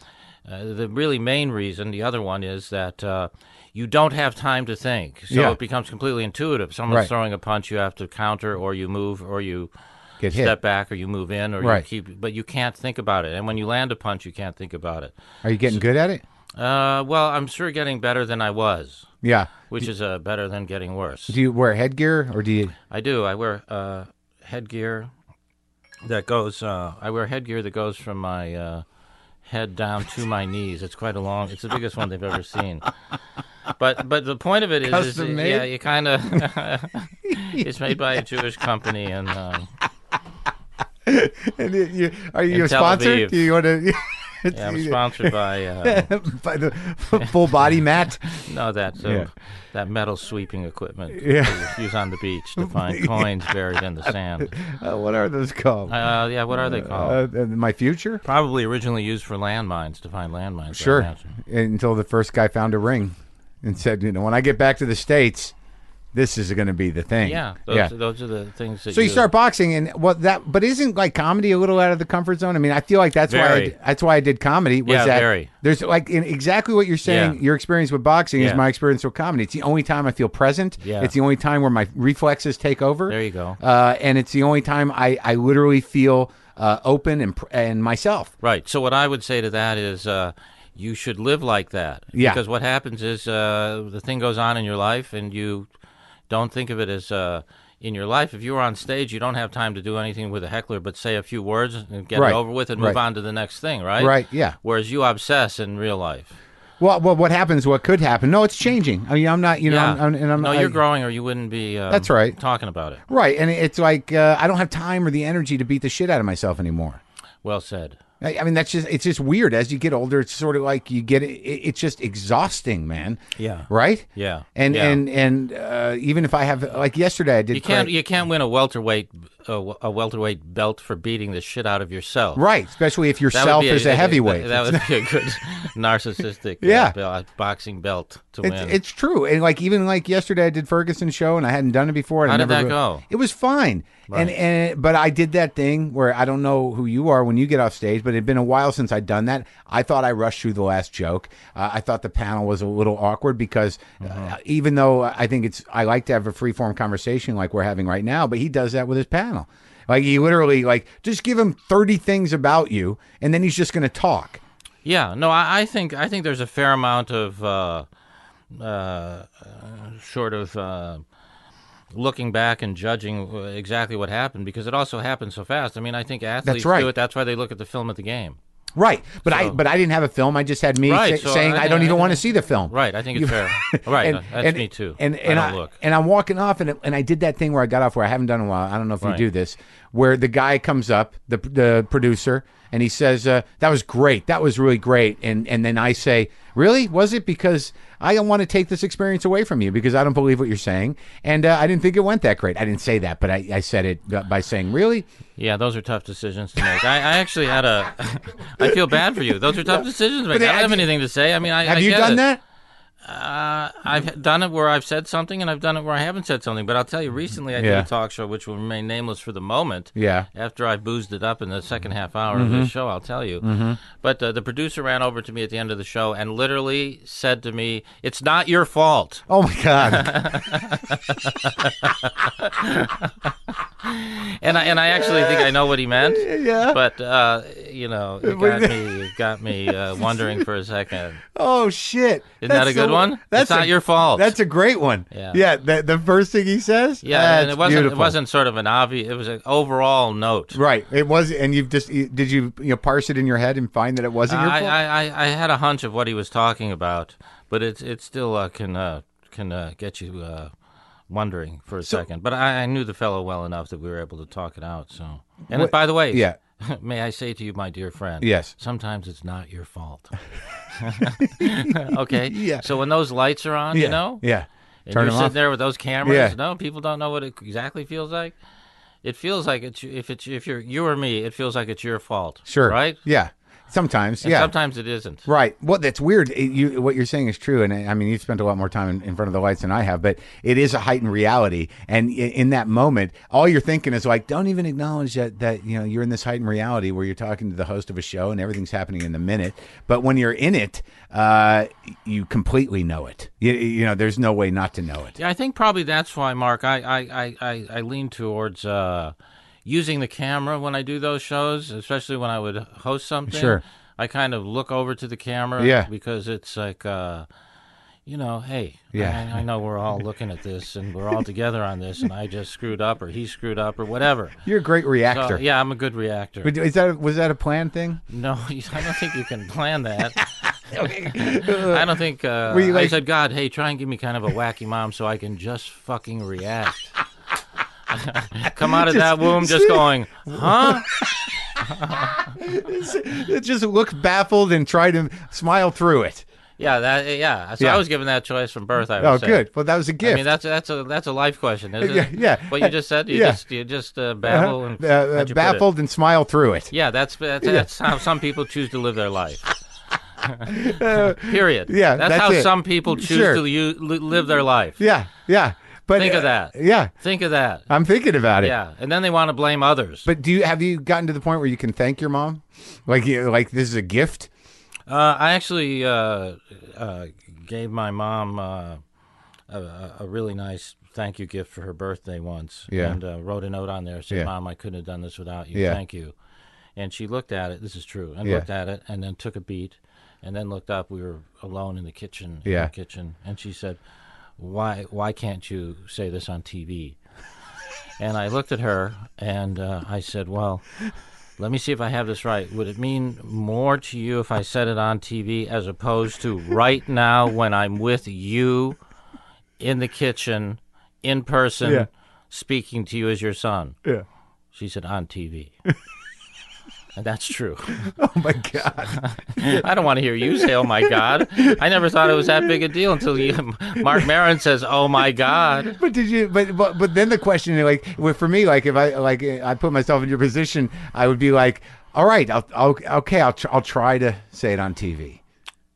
uh, the really main reason, the other one is that uh, you don't have time to think, so Yeah. it becomes completely intuitive. Someone's Right. throwing a punch, you have to counter, or you move, or you Get hit. step back, or you move in, or Right. you keep, but you can't think about it. And when you land a punch, you can't think about it. Are you getting good at it? Uh, well, I'm sure getting better than I was, Yeah. which is uh, better than getting worse. Do you wear headgear or do you? I do. I wear uh, headgear that goes. Uh, I wear headgear that goes from my uh, head down to (laughs) my knees. It's quite a long. It's the biggest one they've ever seen. But but the point of it is, is Custom made? yeah, you (laughs) kind of. (laughs) it's made by a Jewish company, and um, (laughs) And you- you- are you a Tel sponsor? Aviv. Do you want (laughs) to? yeah, I'm sponsored (laughs) by uh, by the full body mat. no that uh, Yeah. that metal sweeping equipment (laughs) Yeah. that you use on the beach (laughs) to find coins buried in the sand. Uh, what are those called? Uh, yeah, what are they called? Uh, uh, my future. Probably originally used for landmines to find landmines. I Sure. imagine. Until the first guy found a ring and said, you know, when I get back to the states, this is going to be the thing. Yeah. Those, Those are the things that. So you start boxing, and what that, but isn't like comedy a little out of the comfort zone? I mean, I feel like that's why I, Very. d- that's why I did comedy. Was Yeah, that very. there's like in exactly what you're saying. Yeah. Your experience with boxing is Yeah. my experience with comedy. It's the only time I feel present. Yeah. It's the only time where my reflexes take over. There you go. Uh, and it's the only time I I literally feel uh, open and pr- and myself. Right. So what I would say to that is, uh, you should live like that. Yeah. Because what happens is uh, the thing goes on in your life, and you don't think of it as uh, in your life. If you were on stage, you don't have time to do anything with a heckler but say a few words and get Right. it over with and move Right. on to the next thing, right? Right, yeah. Whereas you obsess in real life. Well, well, what happens? What could happen? No, it's changing. I mean, I'm not. You know, yeah. I'm, I'm, and I'm no, I- you're growing or you wouldn't be um, That's right. talking about it. Right, and it's like uh, I don't have time or the energy to beat the shit out of myself anymore. Well said. I, I mean, that's just it's just weird. As you get older, it's sort of like you get it, it's just exhausting, man. Yeah. Right. Yeah. And Yeah. and and uh, even if I have like yesterday, I did. You can't cra- you can't win a welterweight uh, a welterweight belt for beating the shit out of yourself. right, especially if yourself would be is a, heavyweight. That, that would be (laughs) a good narcissistic uh, Yeah. bel- boxing belt to It's, win. it's true, and like even like yesterday, I did Ferguson's show, and I hadn't done it before. And How I did never that go? It was fine, and and but I did that thing where I don't know who you are when you get off stage, but it had been a while since I'd done that. I thought I rushed through the last joke. Uh, I thought the panel was a little awkward because Mm-hmm. uh, even though I think it's I like to have a free form conversation like we're having right now, but he does that with his panel. Like he literally like just give him thirty things about you, and then he's just going to talk. yeah, no, I, I think I think there's a fair amount of uh, uh, uh, sort of uh, looking back and judging uh, exactly what happened because it also happened so fast. I mean, I think athletes right. do it. That's why they look at the film at the game. Right, but I but I didn't have a film. I just had me Right, sa- so saying I- I, don't I- even want to see the film. Right, I think it's You- fair. Right, (laughs) and, that's and- me too. And I and don't I, look. and I'm walking off, and and I did that thing where I got off where I haven't done in a while. I don't know if Right. you do this, where the guy comes up, the the producer, and he says, uh, "That was great. That was really great." And and then I say, "Really? Was it? Because I don't want to take this experience away from you because I don't believe what you're saying, and uh, I didn't think it went that great. I didn't say that, but I, I said it by saying, "Really? Yeah, those are tough decisions to make. I, I actually had a. (laughs) I feel bad for you. Those are tough decisions to make. I have don't have you- anything to say. I mean, I Have I you get done it. that?" Uh, I've done it where I've said something, and I've done it where I haven't said something. But I'll tell you, recently I Yeah. did a talk show which will remain nameless for the moment. Yeah. Mm-hmm. After I boozed it up in the second half hour of the show, I'll tell you. But uh, the producer ran over to me at the end of the show and literally said to me, "It's not your fault." Oh my god! And I and I actually think I know what he meant. (laughs) Yeah. But uh, you know, it got me it got me (laughs) uh, wondering for a second. Oh shit! Isn't that a good one? It's not your fault. That's a great one. Yeah. the, the first thing he says. Yeah, and that's it wasn't beautiful. it wasn't sort of an obvious. It was an overall note. right. It was, and you've just you- did you you know parse it in your head and find that it wasn't your I, fault. I, I, I had a hunch of what he was talking about, but it it still uh, can uh, can uh, get you uh, wondering for a second. But I, I knew the fellow well enough that we were able to talk it out. So, and What- by the way, yeah. (laughs) may I say to you, my dear friend, Yes. sometimes it's not (laughs) your fault. (laughs) okay. Yeah. So when those lights are on, yeah. you know, Yeah. and Turn you're them sitting off. there with those cameras. Yeah. No, people don't know what it exactly feels like. It feels like it's if it's if you're you or me, it feels like it's your fault. Sure. Right. Yeah. Sometimes. And yeah. Sometimes it isn't. Right. Well, that's weird. It- you, what you're saying is true, and I I mean, you've spent a lot more time in, in front of the lights than I have, but it is a heightened reality. And i- in that moment, all you're thinking is like, don't even acknowledge that that you know you're in this heightened reality where you're talking to the host of a show and everything's happening in the minute. But when you're in it, uh, you completely know it. You, you know, there's no way not to know it. Yeah, I think probably that's why, Mark. I I I I, I lean towards uh, using the camera when I do those shows, especially when I would host something. Sure. I kind of look over to the camera. Yeah. Because it's like. Uh, you know, hey, Yeah. I, I know we're all looking at this and we're all together on this, and I just screwed up or he screwed up or whatever. You're a great So, reactor. Uh, yeah, I'm a good reactor. But Is that was that a planned thing? No, (laughs) I don't think you can plan that. (laughs) (laughs) I don't think. Uh, Were you I like- said, God, hey, try and give me kind of a wacky mom so I can just fucking react. (laughs) Come out (laughs) of that womb just going, huh? Just look baffled and try to smile through it. Yeah, that. uh, Yeah. So Yeah. I was given that choice from birth. I would Oh, say. good. Well, that was a gift. I mean, that's that's a that's a life question, isn't it? Yeah, yeah. What you just said. You Yeah. just you just uh, babble and Uh, uh, how'd you put it? baffled and smile through it. Yeah, that's that's, that's how some people choose to live (laughs) their life. Period. Uh, yeah, that's, that's how it. some people choose Sure. to u- li- live their life. Yeah, yeah. But Think of uh, that. Yeah, Think of that. I'm thinking about it. Yeah, and then they want to blame others. But do you have you gotten to the point where you can thank your mom? Like you like this is a gift? uh, I actually uh, uh, gave my mom uh, a- a, a really nice thank you gift for her birthday once, Yeah. and uh, wrote a note on there said, Yeah. "Mom, I couldn't have done this without you. Yeah. Thank you." And she looked at it. This is true. And Yeah. looked at it, and then took a beat, and then looked up. We were alone in the kitchen. in Yeah. the kitchen, and she said, "Why? Why can't you say this on TV?" and I looked at her and uh, I said, "Well, let me see if I have this right. Would it mean more to you if I said it on TV as opposed to right now when I'm with you in the kitchen in person Yeah. speaking to you as your son?" Yeah. She said, "On TV." (laughs) And that's true. (laughs) (laughs) Oh my God. I don't want to hear you say, "Oh my God!" I never thought it was that big a deal until you, (laughs) Mark Maron says, "Oh my God!" But did you? But but but then the question, like, well, for me, like, if I like, uh, I put myself in your position, I would be like, all right, I'll, I'll okay, I'll tr- I'll try to say it on TV.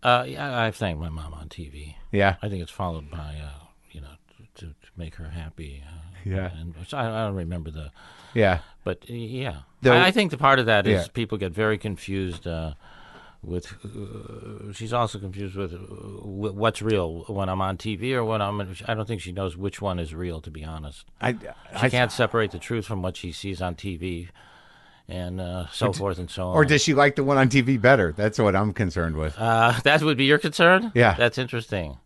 Uh, yeah, I've thanked my mom on TV. Yeah. I think it's followed by, uh, you know, to, to make her happy. Uh, Yeah. And which I, I don't remember the, Yeah. but uh, yeah, The- I, I think the part of that is Yeah. people get very confused uh, with. Uh, she's also confused with uh, wh- what's real when I'm on TV or when I'm. In, I don't think she knows which one is real. To be honest, I she I can't separate the truth from what she sees on TV, and uh, so forth and so on. Or does she like the one on TV better? That's what I'm concerned with. uh, (laughs) that would be your concern? Yeah. that's interesting.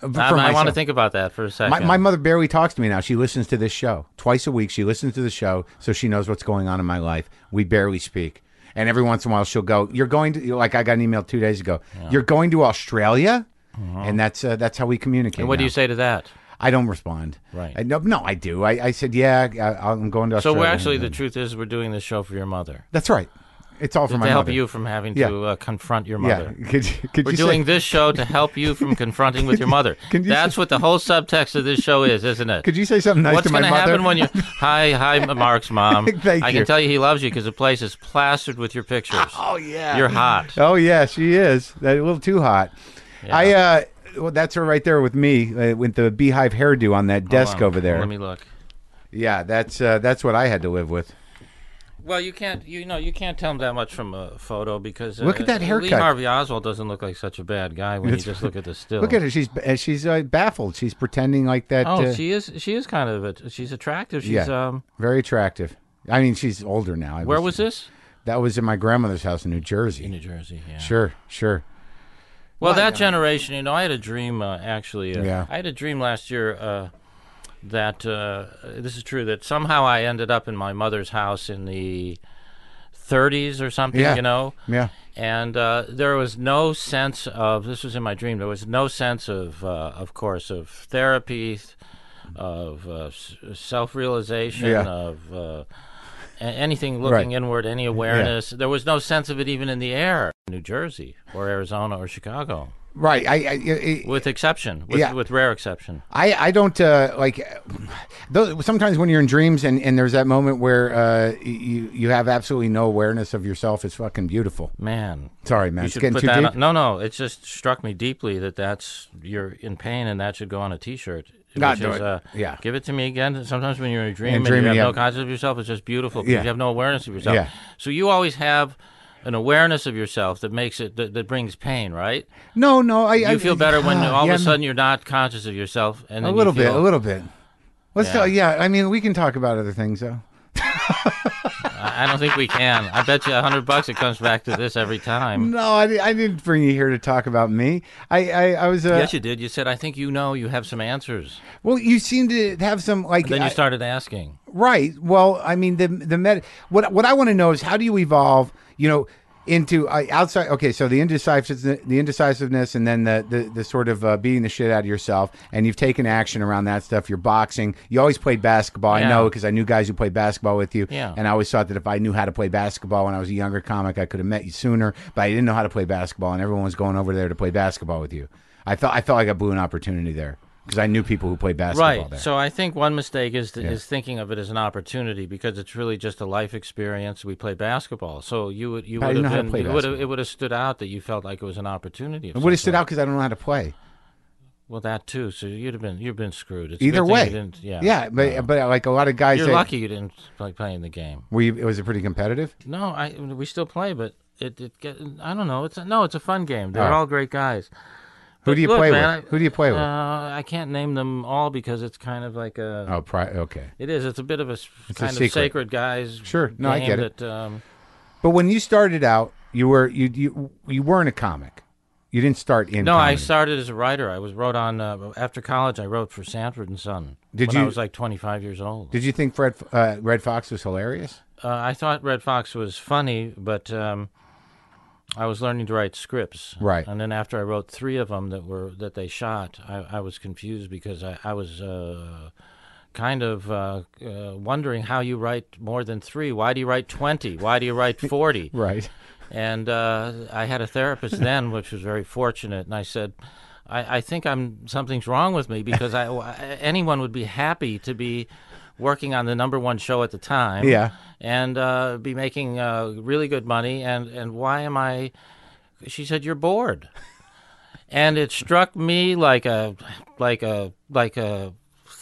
Um, For I, I want to myself. think about that for a second. My, my mother barely talks to me now. She listens to this show twice a week. She listens to the show, so she knows what's going on in my life. We barely speak, and every once in a while she'll go. You're going to like I got an email two days ago. You're going to Australia, and that's uh, that's how we communicate. Uh-huh. And what do now. you say to that? I don't respond. Right. I, no, no, I do. I, I said, yeah, I, I'm going to So Australia. we're actually the truth is we're doing this show for your mother That's right. It's all for my to help mother. you from having Yeah. to uh, confront your Yeah. mother. (laughs) Could, you- could We're you doing say, this show to help you (laughs) from confronting with your mother. can you That's what the whole subtext of this show is, isn't it? Could you say something nice What's to my going to mother? (laughs) happen when you? Hi, hi, Mark's mom. Thank I you. can tell you he loves you because the place is plastered with your pictures. oh yeah. You're hot. Oh yeah, she is. That a little too hot. I uh well that's her right there with me uh, with the beehive hairdo on that desk Hold on. over there. Let me look. yeah, that's uh, that's what I had to live with. Well, you can't. You know, you can't tell him that much from a photo because uh, Look at that Lee haircut. Harvey Oswald doesn't look like such a bad guy when you just look at the still. Look at her. She's uh, she's uh, baffled. She's pretending like that Oh, uh, she is. She is kind of a. She's attractive. She's Yeah. um. very attractive. I mean, she's older now. I Where was this? That was in my grandmother's house in New Jersey. New Jersey. Yeah. Sure, sure. Well, that generation. You know, I had a dream. Uh, actually, uh, Yeah. I had a dream last year. Uh, that uh, this is true. That somehow I ended up in my mother's house in the 30s or something. Yeah. You know. Yeah. And uh, there was no sense of this was in my dream. There was no sense of, uh, of course, of therapy, of uh, self realization, Yeah. of uh, a- anything looking Right. inward, any awareness. There was no sense of it even in the air, in New Jersey or Arizona or Chicago, Right. I I, I with exception, with, Yeah. with rare exception. I, I don't uh, like those, sometimes when you're in dreams and, and there's that moment where uh, you you have absolutely no awareness of yourself. It's fucking beautiful. Man, Sorry, man. you It's should getting put too that. deep. On, no, no, it just struck me deeply that that's you're in pain, and that should go on a T-shirt. God, which do is, it. Uh, Yeah. give it to me again. Sometimes when you're in a dream and, dreaming, you have yeah. no concept of yourself, it's just beautiful because Yeah. you have no awareness of yourself. Yeah. So you always have an awareness of yourself that makes it that, that brings pain, right? No, no. I, I You feel better (sighs) when ah, all yeah, of a sudden you're not conscious of yourself, and a then you little bit, feel- a little bit. Let's Yeah. talk. Yeah, I mean, we can talk about other things though. I I don't think we can. I bet you a hundred bucks it comes back to this every time. No, I, di- I didn't bring you here to talk about me. I I, I was uh, Yes, you did. You said, "I think you know. You have some answers." well. You seem to have some like Then you I- started asking. Right. Well, I mean the the med- what what I want to know is how do you evolve, you know, into uh, outside okay, so the indecisiveness the indecisiveness and then the the, the sort of uh, beating the shit out of yourself and you've taken action around that stuff. You're boxing. You always played basketball. I Yeah. know because I knew guys who played basketball with you Yeah. and I always thought that if I knew how to play basketball when I was a younger comic, I could have met you sooner, but I didn't know how to play basketball and everyone was going over there to play basketball with you. I felt I felt like I blew an opportunity there because I knew people who played basketball right there. so i think one mistake is is thinking of it as an opportunity because it's really just a life experience we play basketball so you would you But I would didn't know have how to been play it would have, basketball. it would have stood out that you felt like it was an opportunity of it would have some stood sort. out because I don't know how to play. well that too so you'd have been you've been screwed It's a Either good thing way, you didn't, yeah but but like a lot of guys, you're say, lucky you didn't play, play in the game Were you, was it pretty competitive? no i we still play but it, it get, i don't know it's a, no it's a fun game they're Oh. all great guys Who do you look, play man, with? I- Who do you play uh, with? i can't name them all because it's kind of like a oh, pri- okay. It is. It's a bit of a s- It's a kind secret. of sacred guys. Sure. No, I game get it. That, um, But when you started out, you were you you, you weren't a comic. You didn't start in. No, I comedy. started as a writer. I was wrote on uh, after college. I wrote for Sanford and Son. Did when I you- was like 25 years old. Did you think Fred uh, Red Fox was hilarious? uh, I thought Red Fox was funny, but um, I was learning to write scripts. Right. And then after I wrote three of them that were that they shot, I, I was confused because I, I was. Uh, Kind of uh, uh, wondering how you write more than three. Why do you write 20? Why do you write 40? (laughs) Right. And uh, I had (laughs) a therapist then, which was very fortunate. And I said, I, I think I'm something's wrong with me because I, anyone would be happy to be working on the number one show at the time, Yeah. and uh, be making uh, really good money. And and why am I? She said, "You're bored." And it struck me like a like a like a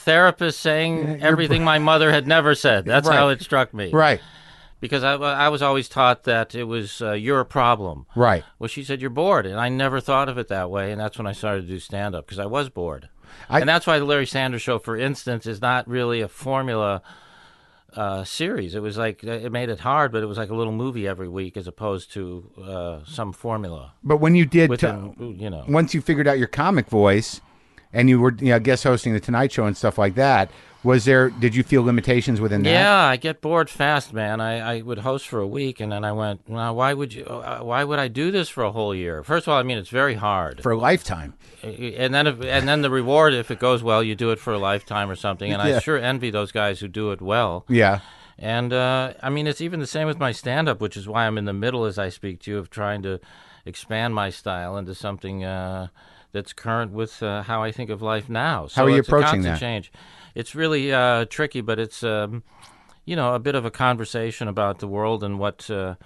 therapist saying everything my mother had never said. That's Right. how it struck me Right. because I, I was always taught that it was uh, your problem. Right. Well, she said you're bored, and I never thought of it that way, and that's when I started to do stand up because I was bored, I- and that's why the Larry Sanders Show, for instance, is not really a formula uh, series. It was like it made it hard, but it was like a little movie every week as opposed to uh, some formula. But uh, when you did, With t- you know, once you figured out your comic voice, and you were you know, guest hosting the Tonight Show and stuff like that, was there? Did you feel limitations within that? Yeah, I get bored fast, man. I, I would host for a week, and then I went, "Now, why would you? Uh, why would I do this for a whole year?" First of all, I mean, it's very hard. For a lifetime. uh, and then if, and then the reward if it goes well you do it for a lifetime or something and Yeah. i sure envy those guys who do it well Yeah. and uh, i mean it's even the same with my stand up which is why i'm in the middle as i speak to you of trying to expand my style into something uh, that's current with uh, how i think of life now so How are you it's a approaching constant that? change it's really uh, tricky but it's um, you know a bit of a conversation about the world and what uh,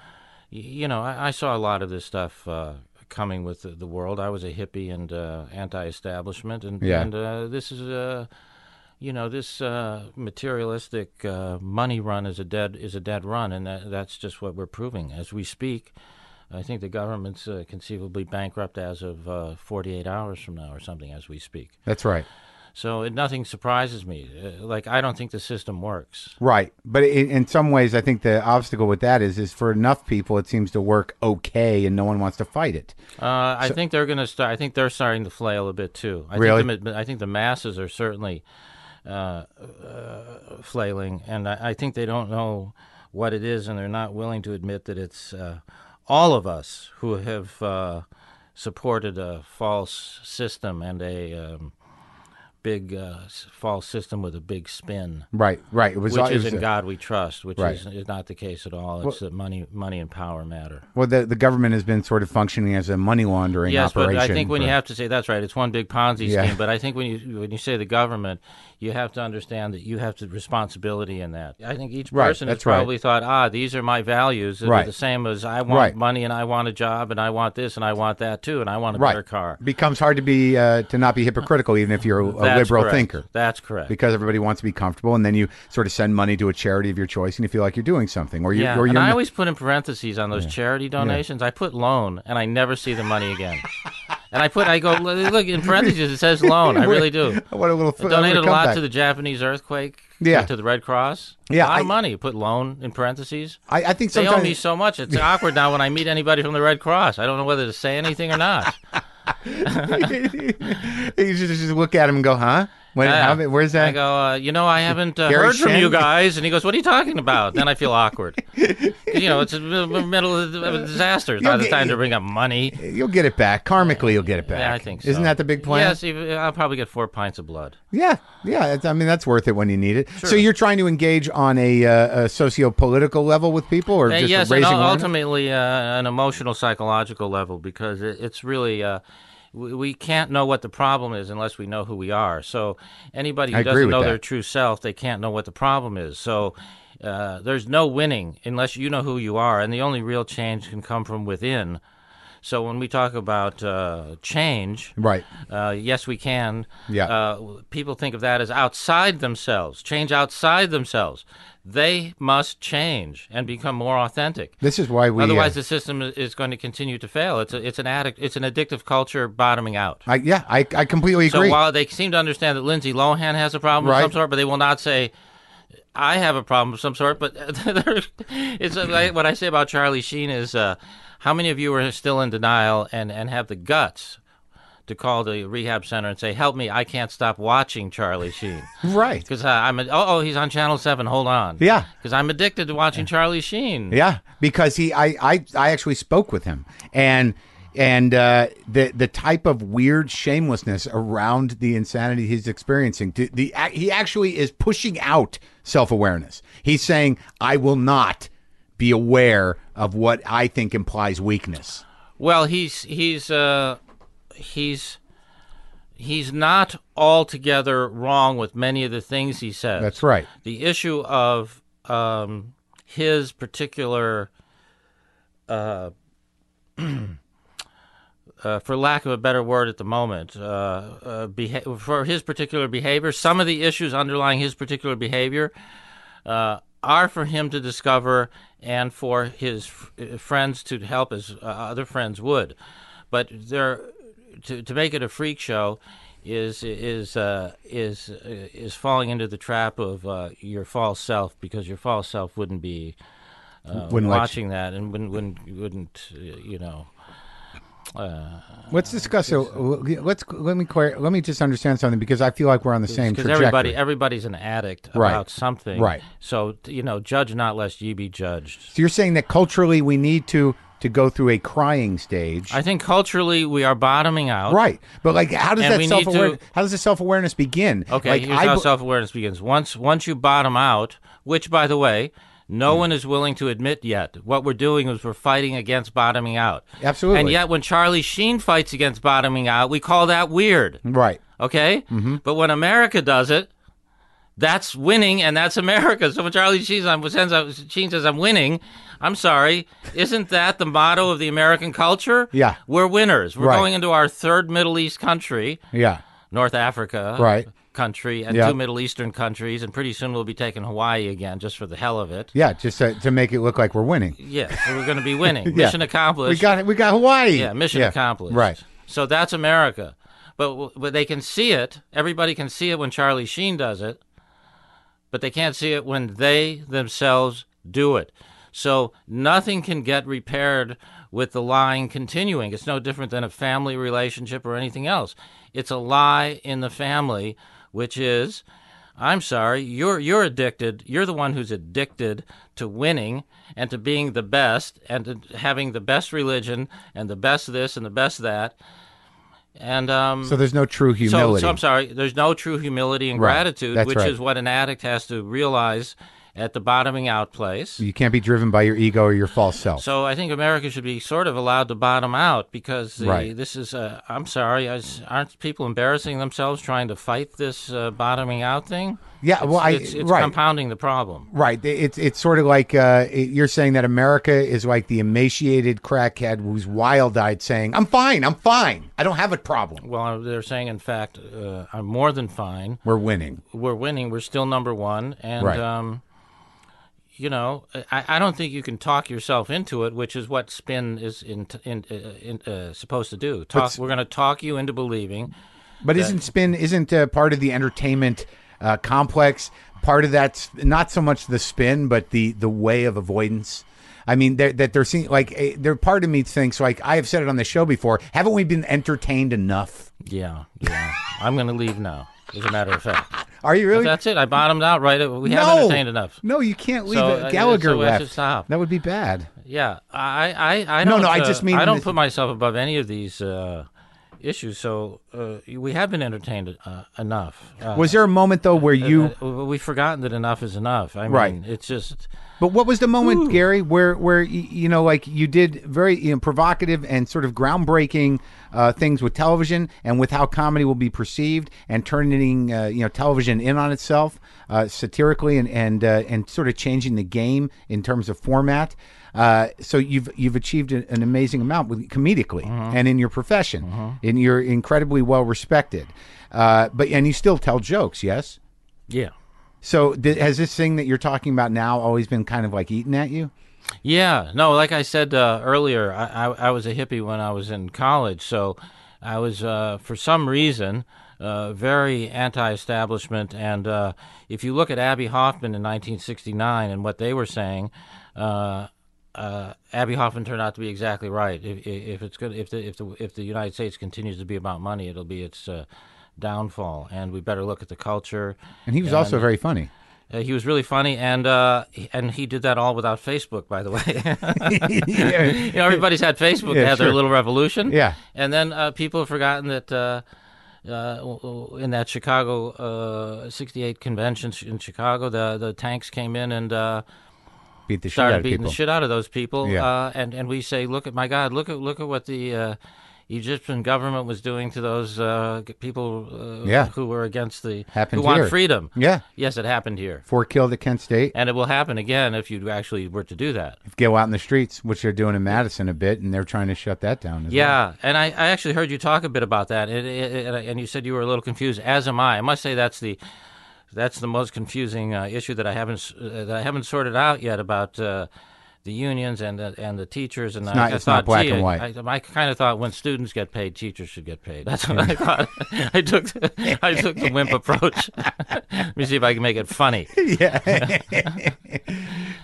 y- you know, I, I saw a lot of this stuff uh, coming with the, the world. I was a hippie and uh, anti-establishment, and Yeah. and uh, this is uh, you know, this uh, materialistic uh, money run is a dead is a dead run, and that, that's just what we're proving as we speak. I think the government's uh, conceivably bankrupt as of uh, 48 hours from now or something as we speak. That's right. So it, nothing surprises me. Uh, like I don't think the system works. Right. But in, in some ways, I think the obstacle with that is, is for enough people, it seems to work okay, and no one wants to fight it. Uh, I think they're going to start. I think they're starting to flail a bit too. I Really? Think the, ma- I think the masses are certainly uh, uh, flailing, and I, I think they don't know what it is, and they're not willing to admit that it's uh, all of us who have uh, supported a false system and a um, big uh, s- false system with a big spin. Right. Right. It was. Which all- it was, is in God we trust, which Right. is, is not the case at all. It's that money, money and power matter. Well, the, the government has been sort of functioning as a money laundering Yes, operation. but I think when for- you have to say that's right, it's one big Ponzi Yeah. scheme. But I think when you when you say the government, you have to understand that you have to responsibility in that. I think each Right, person has that's right. probably thought, ah, these are my values that Right. are the same as I want Right. money and I want a job and I want this and I want that too and I want a right. better car. becomes hard to be uh, to not be hypocritical, even if you're a, a That's liberal correct. thinker, That's correct. because everybody wants to be comfortable, and then you sort of send money to a charity of your choice, and you feel like you're doing something, or you yeah, or and you're I not- always put in parentheses on those charity donations. I put loan, and I never see the money again. and I put, I go look in parentheses. It says (laughs) loan. I really do. what a little I donated a lot to the Japanese earthquake. uh, Yeah. To the Red Cross. Yeah, A lot I- of money. Put loan in parentheses. I, I think They sometimes owe me so (laughs) much. It's awkward now when I meet anybody from the Red Cross. I don't know whether to say anything or (laughs) not. you just, just look at him and go, huh? When, Yeah. how, where's I that? go, uh, you know, I haven't uh, Gary heard from Shen? (laughs) you guys. And he goes, what are you talking about? Then I feel awkward. 'Cause, you know, it's in the middle of a disaster. It's not the get- time to bring up money. You'll get it back. Karmically, you'll get it back. Yeah, I think so. Isn't that the big plan? Yes, even- I'll probably get four pints of blood. Yeah, yeah. It's, I mean, that's worth it when you need it. So you're trying to engage on a, uh, a socio-political level with people, or Uh, just yes, raising and ul- awareness? ultimately uh, an emotional, psychological level because it, it's really. Uh, we we can't know what the problem is unless we know who we are. So anybody who I agree doesn't with know that. their true self, they can't know what the problem is. So uh, there's no winning unless you know who you are, and the only real change can come from within. So when we talk about uh, change, Right. uh, yes, we can. Yeah. Uh, w- people think of that as outside themselves, change outside themselves. They must change and become more authentic. This is why we. uh, Otherwise, the system i- is going to continue to fail. It's a, it's an addict. It's an addictive culture bottoming out. I, yeah, I, I completely So agree. while they seem to understand that Lindsay Lohan has a problem Right. of some sort, but they will not say. I have a problem of some sort, but (laughs) there's- it's like what I say about Charlie Sheen is uh, how many of you are still in denial and, and have the guts to call the rehab center and say, "Help me! I can't stop watching Charlie Sheen." (laughs) Right. Because uh, I'm a, oh, oh he's on Channel Seven. Hold on. Yeah. Because I'm addicted to watching Charlie Sheen. Yeah, because he, I, I, I actually spoke with him, and and uh, the the type of weird shamelessness around the insanity he's experiencing. The, the he actually is pushing out self awareness. He's saying, "I will not be aware of what I think implies weakness." Well, he's he's uh, he's he's not altogether wrong with many of the things he says. That's right. The issue of um, his particular, (clears throat) uh, uh, for lack of a better word at the moment, uh, uh, beha- for his particular behavior, some of the issues underlying his particular behavior uh, are for him to discover and for his f- uh, friends to help as uh, other friends would. But there, to, to make it a freak show is is uh, is is falling into the trap of uh, your false self because your false self wouldn't be uh, Wouldn't let watching that and wouldn't wouldn't wouldn't uh, you know. Let's discuss. So let's let me clar- let me just understand something because I feel like we're on the same because trajectory. everybody everybody's an addict Right. about something Right. so you know judge not lest ye be judged so you're saying that culturally we need to to go through a crying stage. i think culturally we are bottoming out Right, but like, how does And that we need self aware to- How does the self awareness begin? okay like, here's how be- self-awareness begins once once you bottom out which by the way Hmm. no one is willing to admit yet what we're doing is we're fighting against bottoming out Absolutely. and yet when charlie sheen fights against bottoming out we call that weird right. okay Mm-hmm. but when america does it that's winning and that's america (laughs) so when charlie sheen, I'm- sends out- sheen says i'm winning i'm sorry isn't that the motto of the american culture Yeah. we're winners we're Right. going into our third middle east country Yeah, north africa Right. country and Yeah. two middle eastern countries and pretty soon we'll be taking hawaii again just for the hell of it yeah. Just to, to make it look like we're winning. yeah so we're going to be (laughs) winning Yeah. mission accomplished We got we got Hawaii. yeah, mission accomplished. Right. So that's America. But but they can see it. Everybody can see it when Charlie Sheen does it, but they can't see it when they themselves do it. So nothing can get repaired with the lying continuing. It's no different than a family relationship or anything else. It's a lie in the family, which is I'm sorry, you're you're addicted. You're the one who's addicted to winning and to being the best and to having the best religion and the best this and the best that. And um So there's no true so- humility. So, I'm sorry. There's no true humility and Right. gratitude, That's which right. is what an addict has to realize at the bottoming out place. you can't be driven by your ego or your false self. So I think America should be sort of allowed to bottom out because the, Right. this is. Uh, I'm sorry. I s aren't people embarrassing themselves trying to fight this uh, bottoming out thing? Yeah, well, I- it's, it's right. compounding the problem. right. It's it's sort of like uh, it- you're saying that America is like the emaciated crackhead who's wild eyed, saying, "I'm fine. I'm fine. I don't have a problem. Well, they're saying, in fact, uh, I'm more than fine. We're winning." We're winning. We're still number one, and Right. um, you know, I, I don't think you can talk yourself into it, which is what spin is in, in, uh, in uh, supposed to do. Talk. we're going to talk you into believing. But isn't spin isn't uh, part of the entertainment uh, complex? Part of that's not so much the spin, but the the way of avoidance. I mean, they're, that they're seeing like eh, they're part of me thinks like I have said it on the show before. Haven't we been entertained enough? Yeah, yeah. I'm going to leave now. As a matter of fact, Are you really? that's it. I bottomed out. Right. We haven't entertained enough. No, you can't leave. So, it. uh, Gallagher so we have left. to stop. That would be bad. Yeah, I, I, I No, don't, no, I uh, just mean I don't this- put myself above any of these uh, issues. So uh, we have been entertained uh, enough. Uh, Was there a moment though where you? uh, we've forgotten that enough is enough. I mean, Right. it's just But what was the moment, Gary, where where y- you know, like you did very you know, provocative and sort of groundbreaking uh, things with television and with how comedy will be perceived, and turning uh, you know television in on itself uh, satirically and and uh, and sort of changing the game in terms of format. Uh, so you've you've achieved an, an amazing amount with comedically and in your profession, and you're incredibly well respected. Uh, but and you still tell jokes, yes. yeah, So did, has this thing that you're talking about now always been kind of like eating at you? yeah. No, like I said uh, earlier, I, I, I was a hippie when I was in college, so I was uh, for some reason uh, very anti-establishment. And uh, if you look at Abby Hoffman in 1969 and what they were saying, uh, uh, Abby Hoffman turned out to be exactly right. If, if it's good, if the if the if the United States continues to be about money, it'll be its uh, downfall. And we better look at the culture. And he was also very (laughs) funny. Uh, he was really funny, and uh, he- and he did that all without Facebook, by the way. (laughs) yeah. you know, everybody's had Facebook, Yeah, they had sure. their little revolution, Yeah. and then uh, people have forgotten that. Uh, uh, w- w- in that Chicago uh, '68 convention sh- in Chicago, the the tanks came in and uh, (laughs) Beat the shit out started of beating people. the shit out of those people. Yeah. Uh, and and we say, look at my God, look at look at what the uh, Egyptian government was doing to those uh, g- people uh, Yeah. who were against the Happened who want here. freedom. Yeah. Yes, it happened here, Four killed at Kent State. and it will happen again if you actually were to do that. Go out in the streets, which they're doing in Madison a bit, and they're trying to shut that down. As well. Yeah, and I, I actually heard you talk a bit about that, and, and, and you said you were a little confused. As am I. I must say that's the that's the most confusing uh, issue that I haven't s- uh, that I haven't sorted out yet about uh, the unions and the, and the teachers. And I, not- I it's thought, not black gee, and I- white. I, I kind of thought when students get paid, teachers should get paid. That's what (laughs) I thought. (laughs) I took the, I took the wimp approach. (laughs) Let me see if I can make it funny.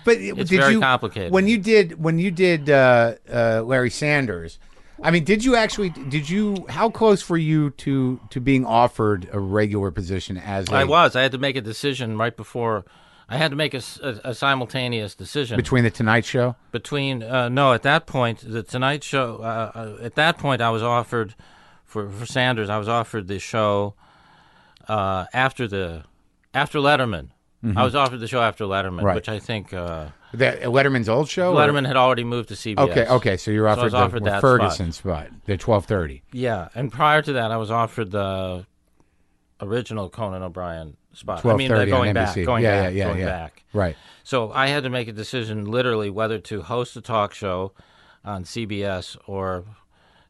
but did very you, complicated. When you did, when you did uh, uh, Larry Sanders, I mean, did you actually? Did you? How close were you to to being offered a regular position as a I was. I had to make a decision right before. I had to make a, s- a- a simultaneous decision between the Tonight Show? between uh, no at that point the tonight show uh, uh, at that point i was offered for, for sanders i was offered the show uh, after the after letterman i was offered the show after letterman Mm-hmm. Right. which i think uh, The Letterman's old show. or- letterman had already moved to cbs Okay, okay. So you're So I offered, was offered the that Ferguson spot, the twelve thirty. yeah and prior to that i was offered the original conan o'brien spot i mean uh, 12:30 on going back NBC. going Yeah, back yeah, yeah, going yeah. back Right. So I had to make a decision literally whether to host a talk show on CBS or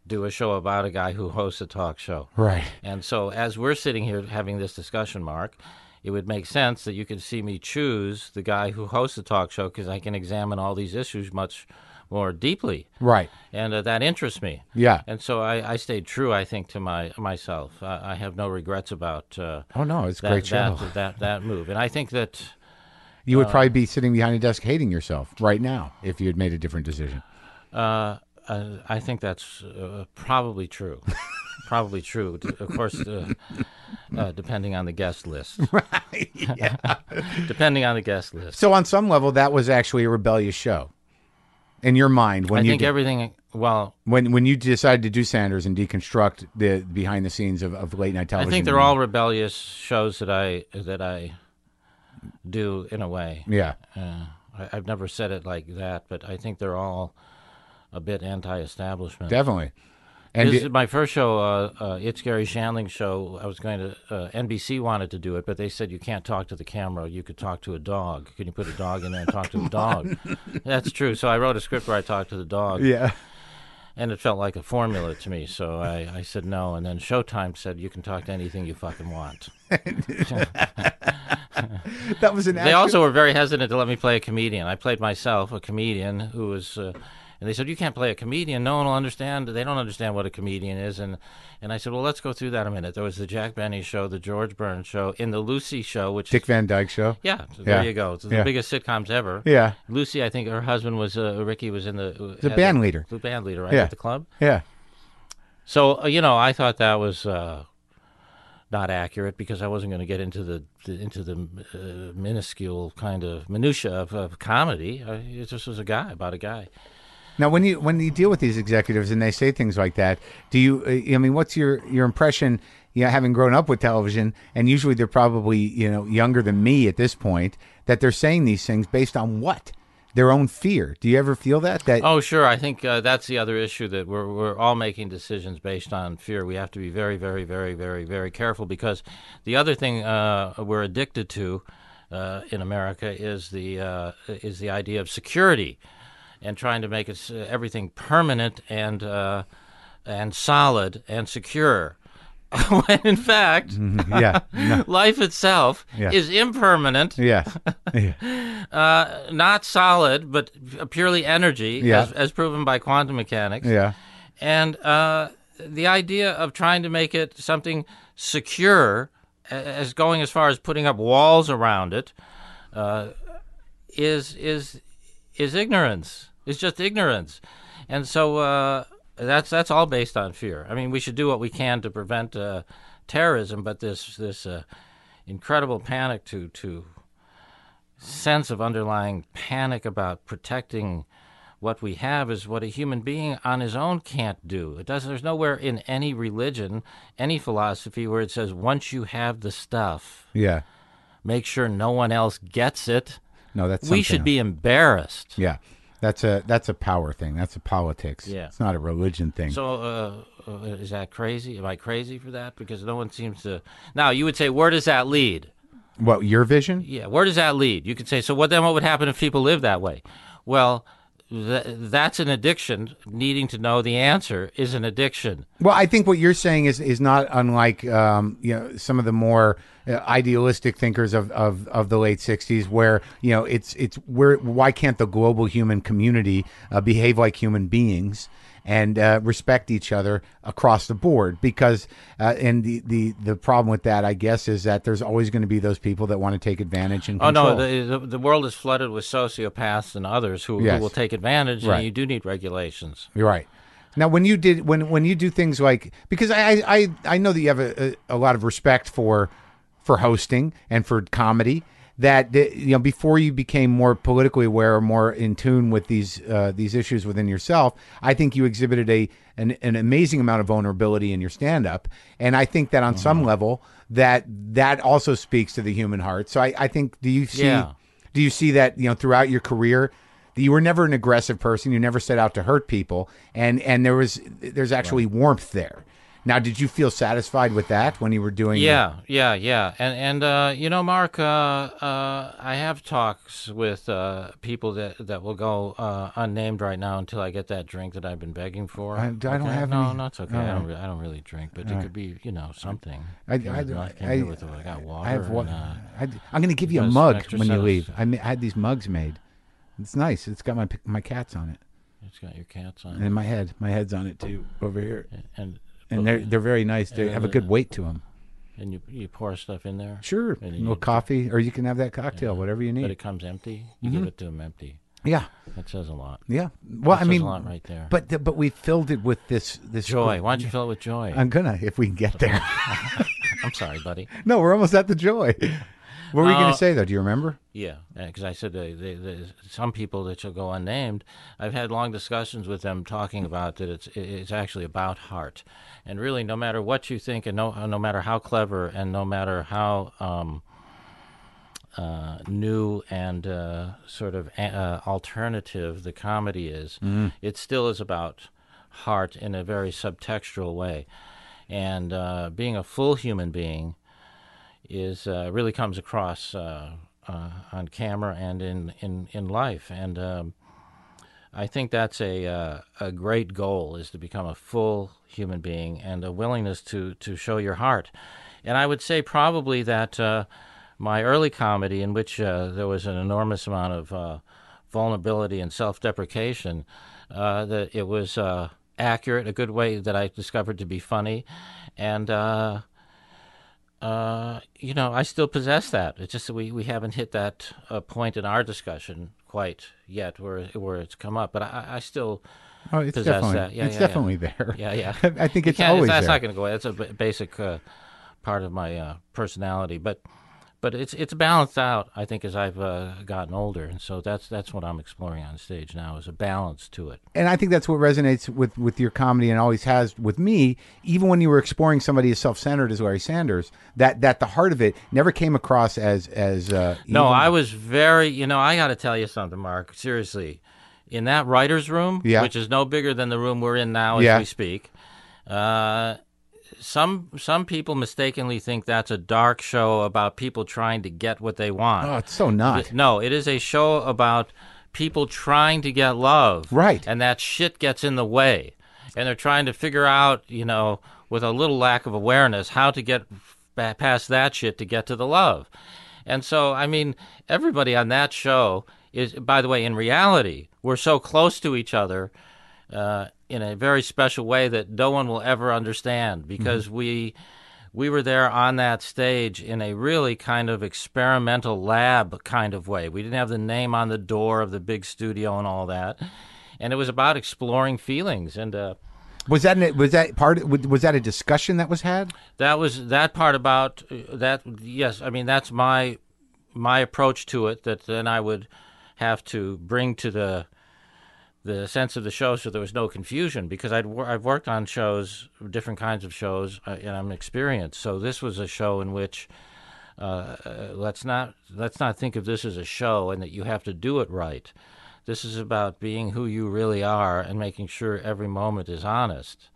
do a show about a guy who hosts a talk show. Right. And so as we're sitting here having this discussion, Mark, it would make sense that you could see me choose the guy who hosts the talk show because I can examine all these issues much more deeply. Right. And uh, that interests me. Yeah. And so I, I stayed true, I think, to my myself. I, I have no regrets about uh, Oh no, it's a that, great show. that, uh, that that move. And I think that you would probably be sitting behind a desk hating yourself right now if you had made a different decision. Uh, uh, I think that's uh, (laughs) probably true. probably true. D- Of course, uh, uh, depending on the (laughs) guest list. (laughs) depending on the guest list. So on some level, that was actually a rebellious show. In your mind, when I you think did- everything. Well, when when you decided to do Sanders and deconstruct the behind the scenes of, of late night I television, think they're all rebellious shows that I that I do in a way. yeah. Uh, I, I've never said it like that, but I think they're all a bit anti-establishment. Definitely. And this it- is my first show, uh, uh, It's Gary Shandling's show. I was going to, uh, NBC wanted to do it, but they said you can't talk to the camera. You could talk to a dog. Can you put a dog in there and talk to the (laughs) dog? That's true. So I wrote a script where I talked to the dog, yeah, (laughs) and it felt like a formula to me. So I, I said no. And then Showtime said you can talk to anything you fucking want. that was an. They actual- also were very hesitant to let me play a comedian. I played myself, a comedian who was, uh, and they said you can't play a comedian. No one will understand. They don't understand what a comedian is. And and I said, well, let's go through that a minute. There was the Jack Benny show, the George Burns show, in the Lucy show, which Dick Van Dyke show. yeah, so Yeah. there you go. It's the Yeah. biggest sitcoms ever. Yeah. Lucy, I think her husband was uh, Ricky was in the The band leader. the band leader right Yeah. at the club. Yeah. So uh, you know, I thought that was uh, not accurate because I wasn't going to get into the, the into the uh, minuscule kind of minutia of, of comedy. I, it just was a guy about a guy. Now, when you when you deal with these executives and they say things like that, do you? uh, I mean, what's your your impression? You know, having grown up with television, and usually they're probably you know younger than me at this point. That they're saying these things based on what their own fear. Do you ever feel that? That Oh, sure. I think uh, that's the other issue that we're we're all making decisions based on fear. We have to be very, very, very, very, very careful because the other thing uh, we're addicted to uh, in America is the uh, is the idea of security and trying to make it, s- everything permanent and uh, and solid and secure. (laughs) when in fact, Mm-hmm. yeah, no, (laughs) life itself Yeah. is impermanent yes, yeah, uh, not solid, but purely energy, Yeah. as, as proven by quantum mechanics. yeah. And uh, the idea of trying to make it something secure, a- as going as far as putting up walls around it, uh, is is is ignorance. It's just ignorance, and so uh, that's that's all based on fear. I mean, we should do what we can to prevent uh, terrorism, but this this uh, incredible panic to to sense of underlying panic about protecting what we have is what a human being on his own can't do. It does. There's nowhere in any religion, any philosophy, where it says once you have the stuff, Yeah. make sure no one else gets it. No, that's we something should else. be embarrassed. Yeah. That's a that's a power thing. That's a politics. Yeah. It's not a religion thing. So uh, uh, is that crazy? Am I crazy for that? Because no one seems to. Now you would say, where does that lead? what your vision? Yeah, where does that lead? You could say, so what then? What would happen if people live that way? Well, th- that's an addiction. Needing to know the answer is an addiction. Well, I think what you're saying is is not unlike um, you know some of the more uh, idealistic thinkers of, of, of the late '60s, where you know it's it's where why can't the global human community uh, behave like human beings and uh, respect each other across the board? Because uh, and the, the the problem with that, I guess, is that there's always going to be those people that want to take advantage and Oh control. no, the, the the world is flooded with sociopaths and others who, Yes. who will take advantage, Right. and you do need regulations. You're right. Now, when you did when when you do things like because I I I know that you have a, a, a lot of respect for for hosting and for comedy that that, you know before you became more politically aware or more in tune with these uh, these issues within yourself, I think you exhibited a an, an amazing amount of vulnerability in your stand up, and I think that on some level that that also speaks to the human heart. So I I think do you see Yeah. do you see that you know throughout your career that you were never an aggressive person? You never set out to hurt people, and and there was there's actually warmth there. Now, did you feel satisfied with that when you were doing? Yeah, yeah, yeah. And and uh, you know, Mark, uh, uh, I have talks with uh, people that that will go uh, unnamed right now until I get that drink that I've been begging for. I- I don't Okay? have no, any- no, it's okay. I don't. Re- I don't really drink, but it could be you know something. I- You know, I- I, came I- here with I got water. I have one. and, uh, I, am going to give you a does mug extra when you sauce. leave. I, ma- I had these mugs made. It's nice. It's got my pic- my cats on it, it's got your cats on, and my head. My head's on it too over here. it. and And they're they're very nice. They have a good weight to them. and you you pour stuff in there. Sure, a And you little need- coffee, or you can have that cocktail, whatever you but need. it comes empty. You give it to them empty. Yeah, That says a lot. yeah. Mm-hmm. Well, I says mean, a lot right there. But the, but we filled it with this this Joy. Why don't you fill it with joy? I'm gonna if we can get there. (laughs) I'm sorry, buddy. no, we're almost at the joy. What were you Uh, gonna say though? Do you remember? Yeah, because I said they, they, they, some people that shall go unnamed. I've had long discussions with them talking about that. It's it's actually about heart, and really, no matter what you think, and no no matter how clever, and no matter how um, uh, new and uh, sort of a- uh, alternative the comedy is, it still is about heart in a very subtextual way, and uh, being a full human being is uh, really comes across uh, uh, on camera and in in in life, and um, I think that's a uh, a great goal is to become a full human being and a willingness to to show your heart, and I would say probably that uh, my early comedy in which uh, there was an enormous amount of uh, vulnerability and self deprecation, uh, that it was. Uh, accurate a good way that i discovered to be funny and uh uh, you know, I still possess that. It's just that we, we haven't hit that uh, point in our discussion quite yet where where it's come up. But I, I still, Oh, it's possess definitely that. Yeah, it's yeah, yeah. definitely there. yeah, yeah. (laughs) I think You it's can't- always that's there. not going to go away. That's a b- basic uh, part of my uh, personality. But but it's it's balanced out. I think as I've uh, gotten older, and so that's that's what I'm exploring on stage now is a balance to it. and I think that's what resonates with with your comedy and always has with me. Even when you were exploring somebody as self centered as Larry Sanders, that that the heart of it never came across as as uh, No, evil. I was very, you know, I got to tell you something, Mark. Seriously. In that writer's room, Yeah. which is no bigger than the room we're in now as Yeah. we speak, uh, some some people mistakenly think that's a dark show about people trying to get what they want. Oh, it's so not. Th- No, it is a show about people trying to get love. Right. And that shit gets in the way. And they're trying to figure out, you know, with a little lack of awareness, how to get ba- past that shit to get to the love. And so, I mean, everybody on that show is, by the way, in reality, we're so close to each other. uh, in a very special way that no one will ever understand because Mm-hmm. we we were there on that stage in a really kind of experimental lab kind of way. We didn't have the name on the door of the big studio and all that, and it was about exploring feelings and. Uh, Was that an, was that part? Was that a discussion that was had? that was that part about uh, that yes i mean that's my my approach to it that then i would have to bring to the the sense of the show so there was no confusion because i'd wor- i've worked on shows different kinds of shows uh, and i'm experienced so this was a show in which uh, let's not let's not think of this as a show and that you have to do it right this is about being who you really are and making sure every moment is honest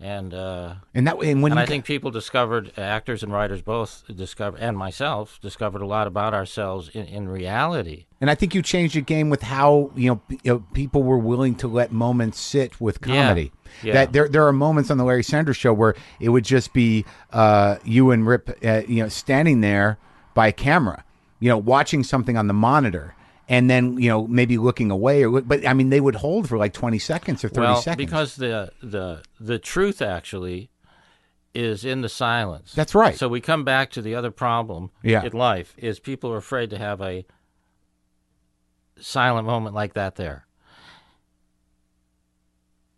and uh And that and when and you I think people discovered, actors and writers both discovered, and myself discovered a lot about ourselves in, in reality. and I think you changed the game with how you know, p- you know, people were willing to let moments sit with Yeah. comedy. Yeah. That there there are moments on the Larry Sanders Show where it would just be uh, you and Rip, uh, you know, standing there by camera, you know, watching something on the monitor, and then you know maybe looking away or look, but I mean they would hold for like twenty seconds or thirty well, seconds. because the the the truth actually is in the silence. That's right. So we come back to the other problem Yeah. in life is people are afraid to have a silent moment like that there.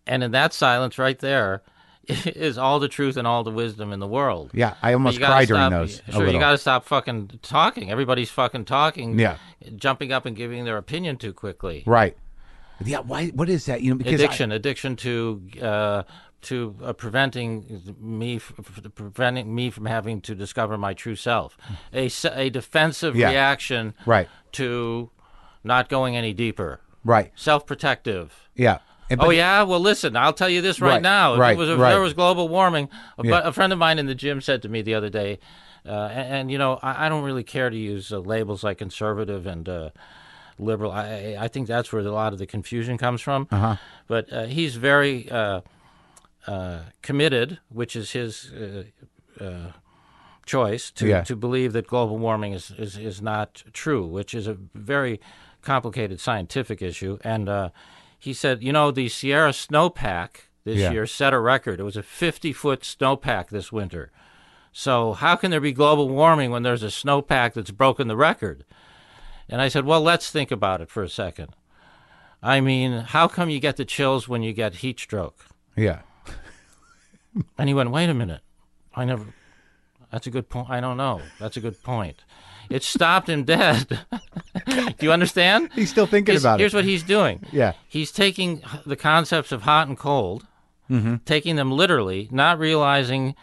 And in that silence right there (laughs) is all the truth and all the wisdom in the world. yeah, I almost You gotta cried during stop- those. a Sure, you little. got to stop fucking talking. Everybody's fucking talking. Yeah. jumping up and giving their opinion too quickly. right. Yeah, why? What is that? You know, because I- Addiction, addiction to uh, to uh, preventing me f- f- preventing me from having to discover my true self. A s- a defensive Hmm. Yeah. reaction, Right. to not going any deeper. right? Self protective. Yeah. And, but- oh yeah. Well, listen. I'll tell you this right, Right, now. If right, it was, if right. there was global warming, a, bu- a friend of mine in the gym said to me the other day, uh, and, and, you know, I, I don't really care to use uh, labels like conservative and uh, liberal. I, I- I think that's where a lot of the confusion comes from. Uh-huh. But uh, he's very uh, uh, committed, which is his. Uh, choice to, Yeah. to believe that global warming is, is, is not true, which is a very complicated scientific issue. And uh, he said, you know, the Sierra snowpack this Yeah. year set a record. It was a 50 foot snowpack this winter. So, how can there be global warming when there's a snowpack that's broken the record? And I said, well, let's think about it for a second. I mean, how come you get the chills when you get heat stroke? yeah. And he went, wait a minute. I never. That's a good point. I don't know. That's a good point. It stopped him dead. (laughs) Do you understand? (laughs) He's still thinking He's- about here's it. what he's doing. Yeah. He's taking h- the concepts of hot and cold, Mm-hmm. taking them literally, not realizing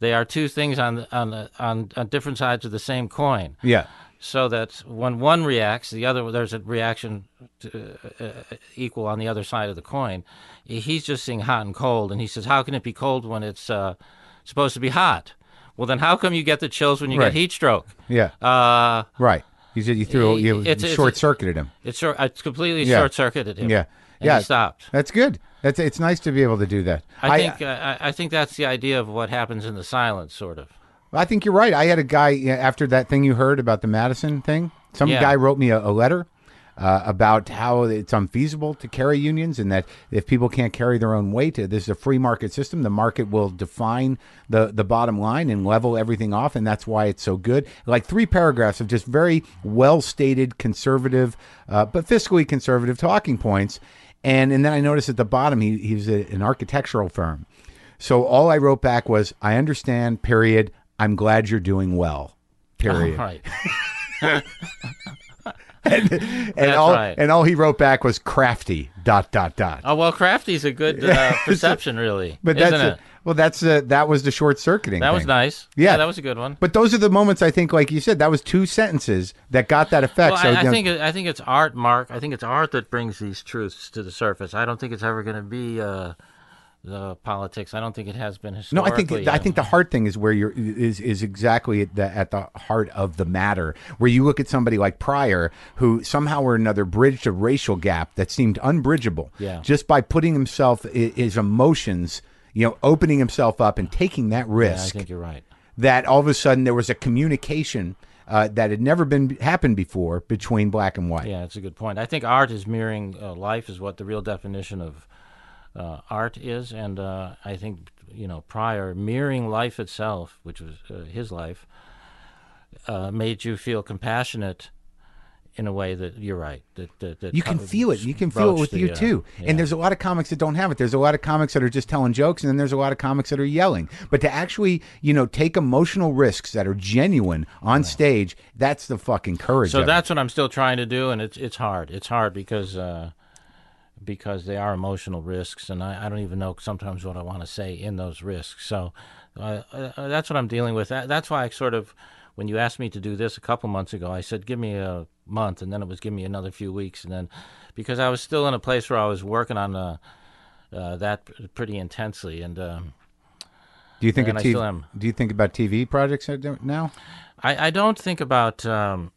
they are two things on the- on the- on, on different sides of the same coin. yeah. So that when one reacts, the other there's a reaction to, uh, uh, equal on the other side of the coin. He's just seeing hot and cold, and he says, "How can it be cold when it's uh, supposed to be hot?" Well, then how come you get the chills when you Right. get heat stroke? Yeah. Uh, Right. You said you threw you It's- it's- short circuited him. it's sort, it's completely Yeah. short circuited him. Yeah. and yeah. he stopped. That's good. That's it's nice to be able to do that. I think uh, I, I think that's the idea of what happens in the silence, sort of. I think you're right. I had a guy yeah, after that thing you heard about the Madison thing. Some Yeah. guy wrote me a, a letter uh, about how it's unfeasible to carry unions and that if people can't carry their own weight, uh, this is a free market system. The market will define the the bottom line and level everything off, and that's why it's so good. Like three paragraphs of just very well stated conservative, uh, but fiscally conservative talking points. And and then I noticed at the bottom he he was a, an architectural firm. So all I wrote back was, I understand, period. I'm glad you're doing well, (laughs) period. Right. and, That's all, right. and all he wrote back was crafty, dot, dot, dot. Oh well, crafty's a (laughs) good uh, perception, really. but isn't that's, it? a- well, that's, a, that was the short circuiting. that was nice. Yeah. that was a good one. But those are the moments I think, like you said, that was two sentences that got that effect. Well, so, I, I you know, think I think it's art, Mark. I think it's art that brings these truths to the surface. I don't think it's ever going to be uh, the politics. I don't think it has been No, I historically. uh, think I think the hard thing is where you're is is exactly at the at the heart of the matter. Where you look at somebody like Pryor, who somehow or another bridged a racial gap that seemed unbridgeable, Yeah. just by putting himself i- his emotions, you know, opening himself up and taking that Yeah, I risk. think you're right. that all of a sudden there was a communication uh, that had never been happened before between black and white. Yeah, that's a good point. I think art is mirroring uh, life is what the real definition of uh, art is, and uh, I think you know Pryor mirroring life itself, which was uh, his life, uh, made you feel compassionate in a way that you're right. That, that, that You can co- feel it. You can feel it broached with the, you uh, too. yeah. And there's a lot of comics that don't have it. There's a lot of comics that are just telling jokes, and then there's a lot of comics that are yelling. But to actually, you know, take emotional risks that are genuine on stage, that's the fucking courage. so of it. that's what I'm still trying to do, and it's it's hard. It's hard because uh, because they are emotional risks, and I, I don't even know sometimes what I want to say in those risks. So uh, uh, that's what I'm dealing with. That, that's why I sort of when you asked me to do this a couple months ago, I said give me a month, and then it was give me another few weeks, and then because I was still in a place where I was working on uh, uh, that p- pretty intensely, and. Um, do you think of and I still TV, am. do you think about TV projects now? I, I don't think about um,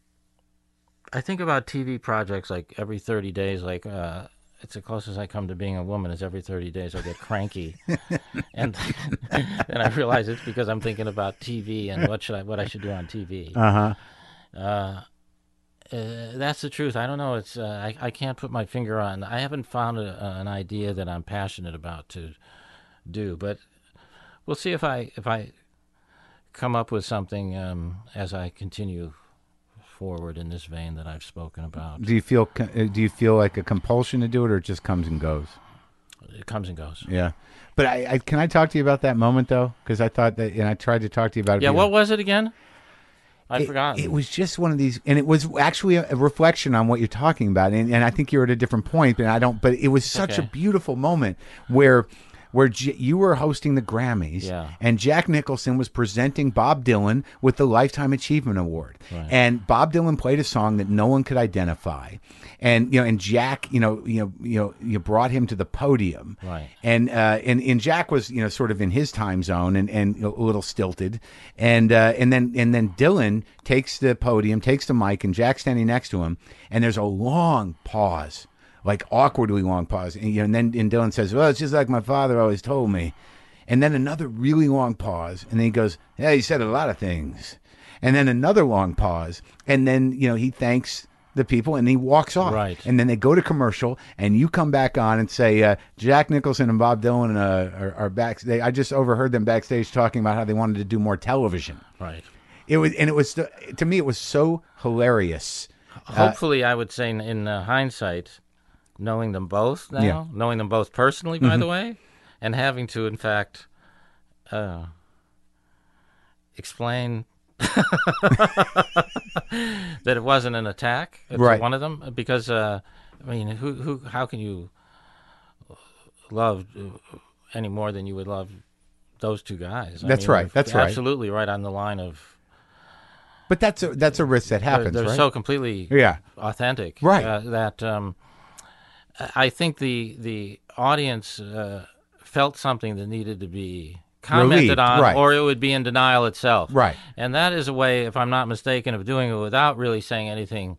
I think about TV projects like every 30 days like uh, it's the closest I come to being a woman is every 30 days I get cranky (laughs) and and I realize it's because I'm thinking about TV and what should I what I should do on TV uh-huh. uh, that's the truth I don't know it's uh, I, I can't put my finger on I haven't found a, an idea that I'm passionate about to do but we'll see if I if I come up with something um, as I continue forward in this vein that I've spoken about. Do you feel co- uh, do you feel like a compulsion to do it, or it just comes and goes? It comes and goes. Yeah. But I, I can I talk to you about that moment though, because I thought that, and I tried to talk to you about it. Yeah, but you- what was it again? I it- forgot. It was just one of these, and it was actually a, a reflection on what you're talking about. And, and I think you're at a different point, and I don't. But it was such a Okay. beautiful moment where. Where J- you were hosting the Grammys, Yeah. and Jack Nicholson was presenting Bob Dylan with the Lifetime Achievement Award, and Bob Dylan played a song that no one could identify, and you know, and Jack, you know, you know, you know, you brought him to the podium, Right. and uh, and and Jack was you know sort of in his time zone and and you know, a little stilted, and uh, and then and then Dylan takes the podium, takes the mic, and Jack's standing next to him, and there's a long pause, like awkwardly long pause, and, you know, and then and Dylan says, "Well, it's just like my father always told me," and then another really long pause, and then he goes, "Yeah, he said a lot of things," and then another long pause, and then you know he thanks. The people and he walks off, Right. and then they go to commercial, and you come back on and say uh, Jack Nicholson and Bob Dylan uh, are, are back. They, I just overheard them backstage talking about how they wanted to do more television. right. It was, and it was to me, it was so hilarious. Uh, Hopefully, I would say in, in uh, hindsight, knowing them both now, Yeah. Mm-hmm. knowing them both personally, by the way, and having to, in fact, uh, explain (laughs) that it wasn't an attack uh, to Right. one of them, because uh, I mean, who, who, how can you love uh, any more than you would love those two guys? I That's mean, right. if- That's right. Absolutely right on the line of But that's a that's a risk that happens, they're right? so completely yeah, authentic, Right. Uh, that um, I- I think the the audience uh, felt something that needed to be commented Relieved, on, right. or it would be in denial itself, Right. And that is a way, if I'm not mistaken, of doing it without really saying anything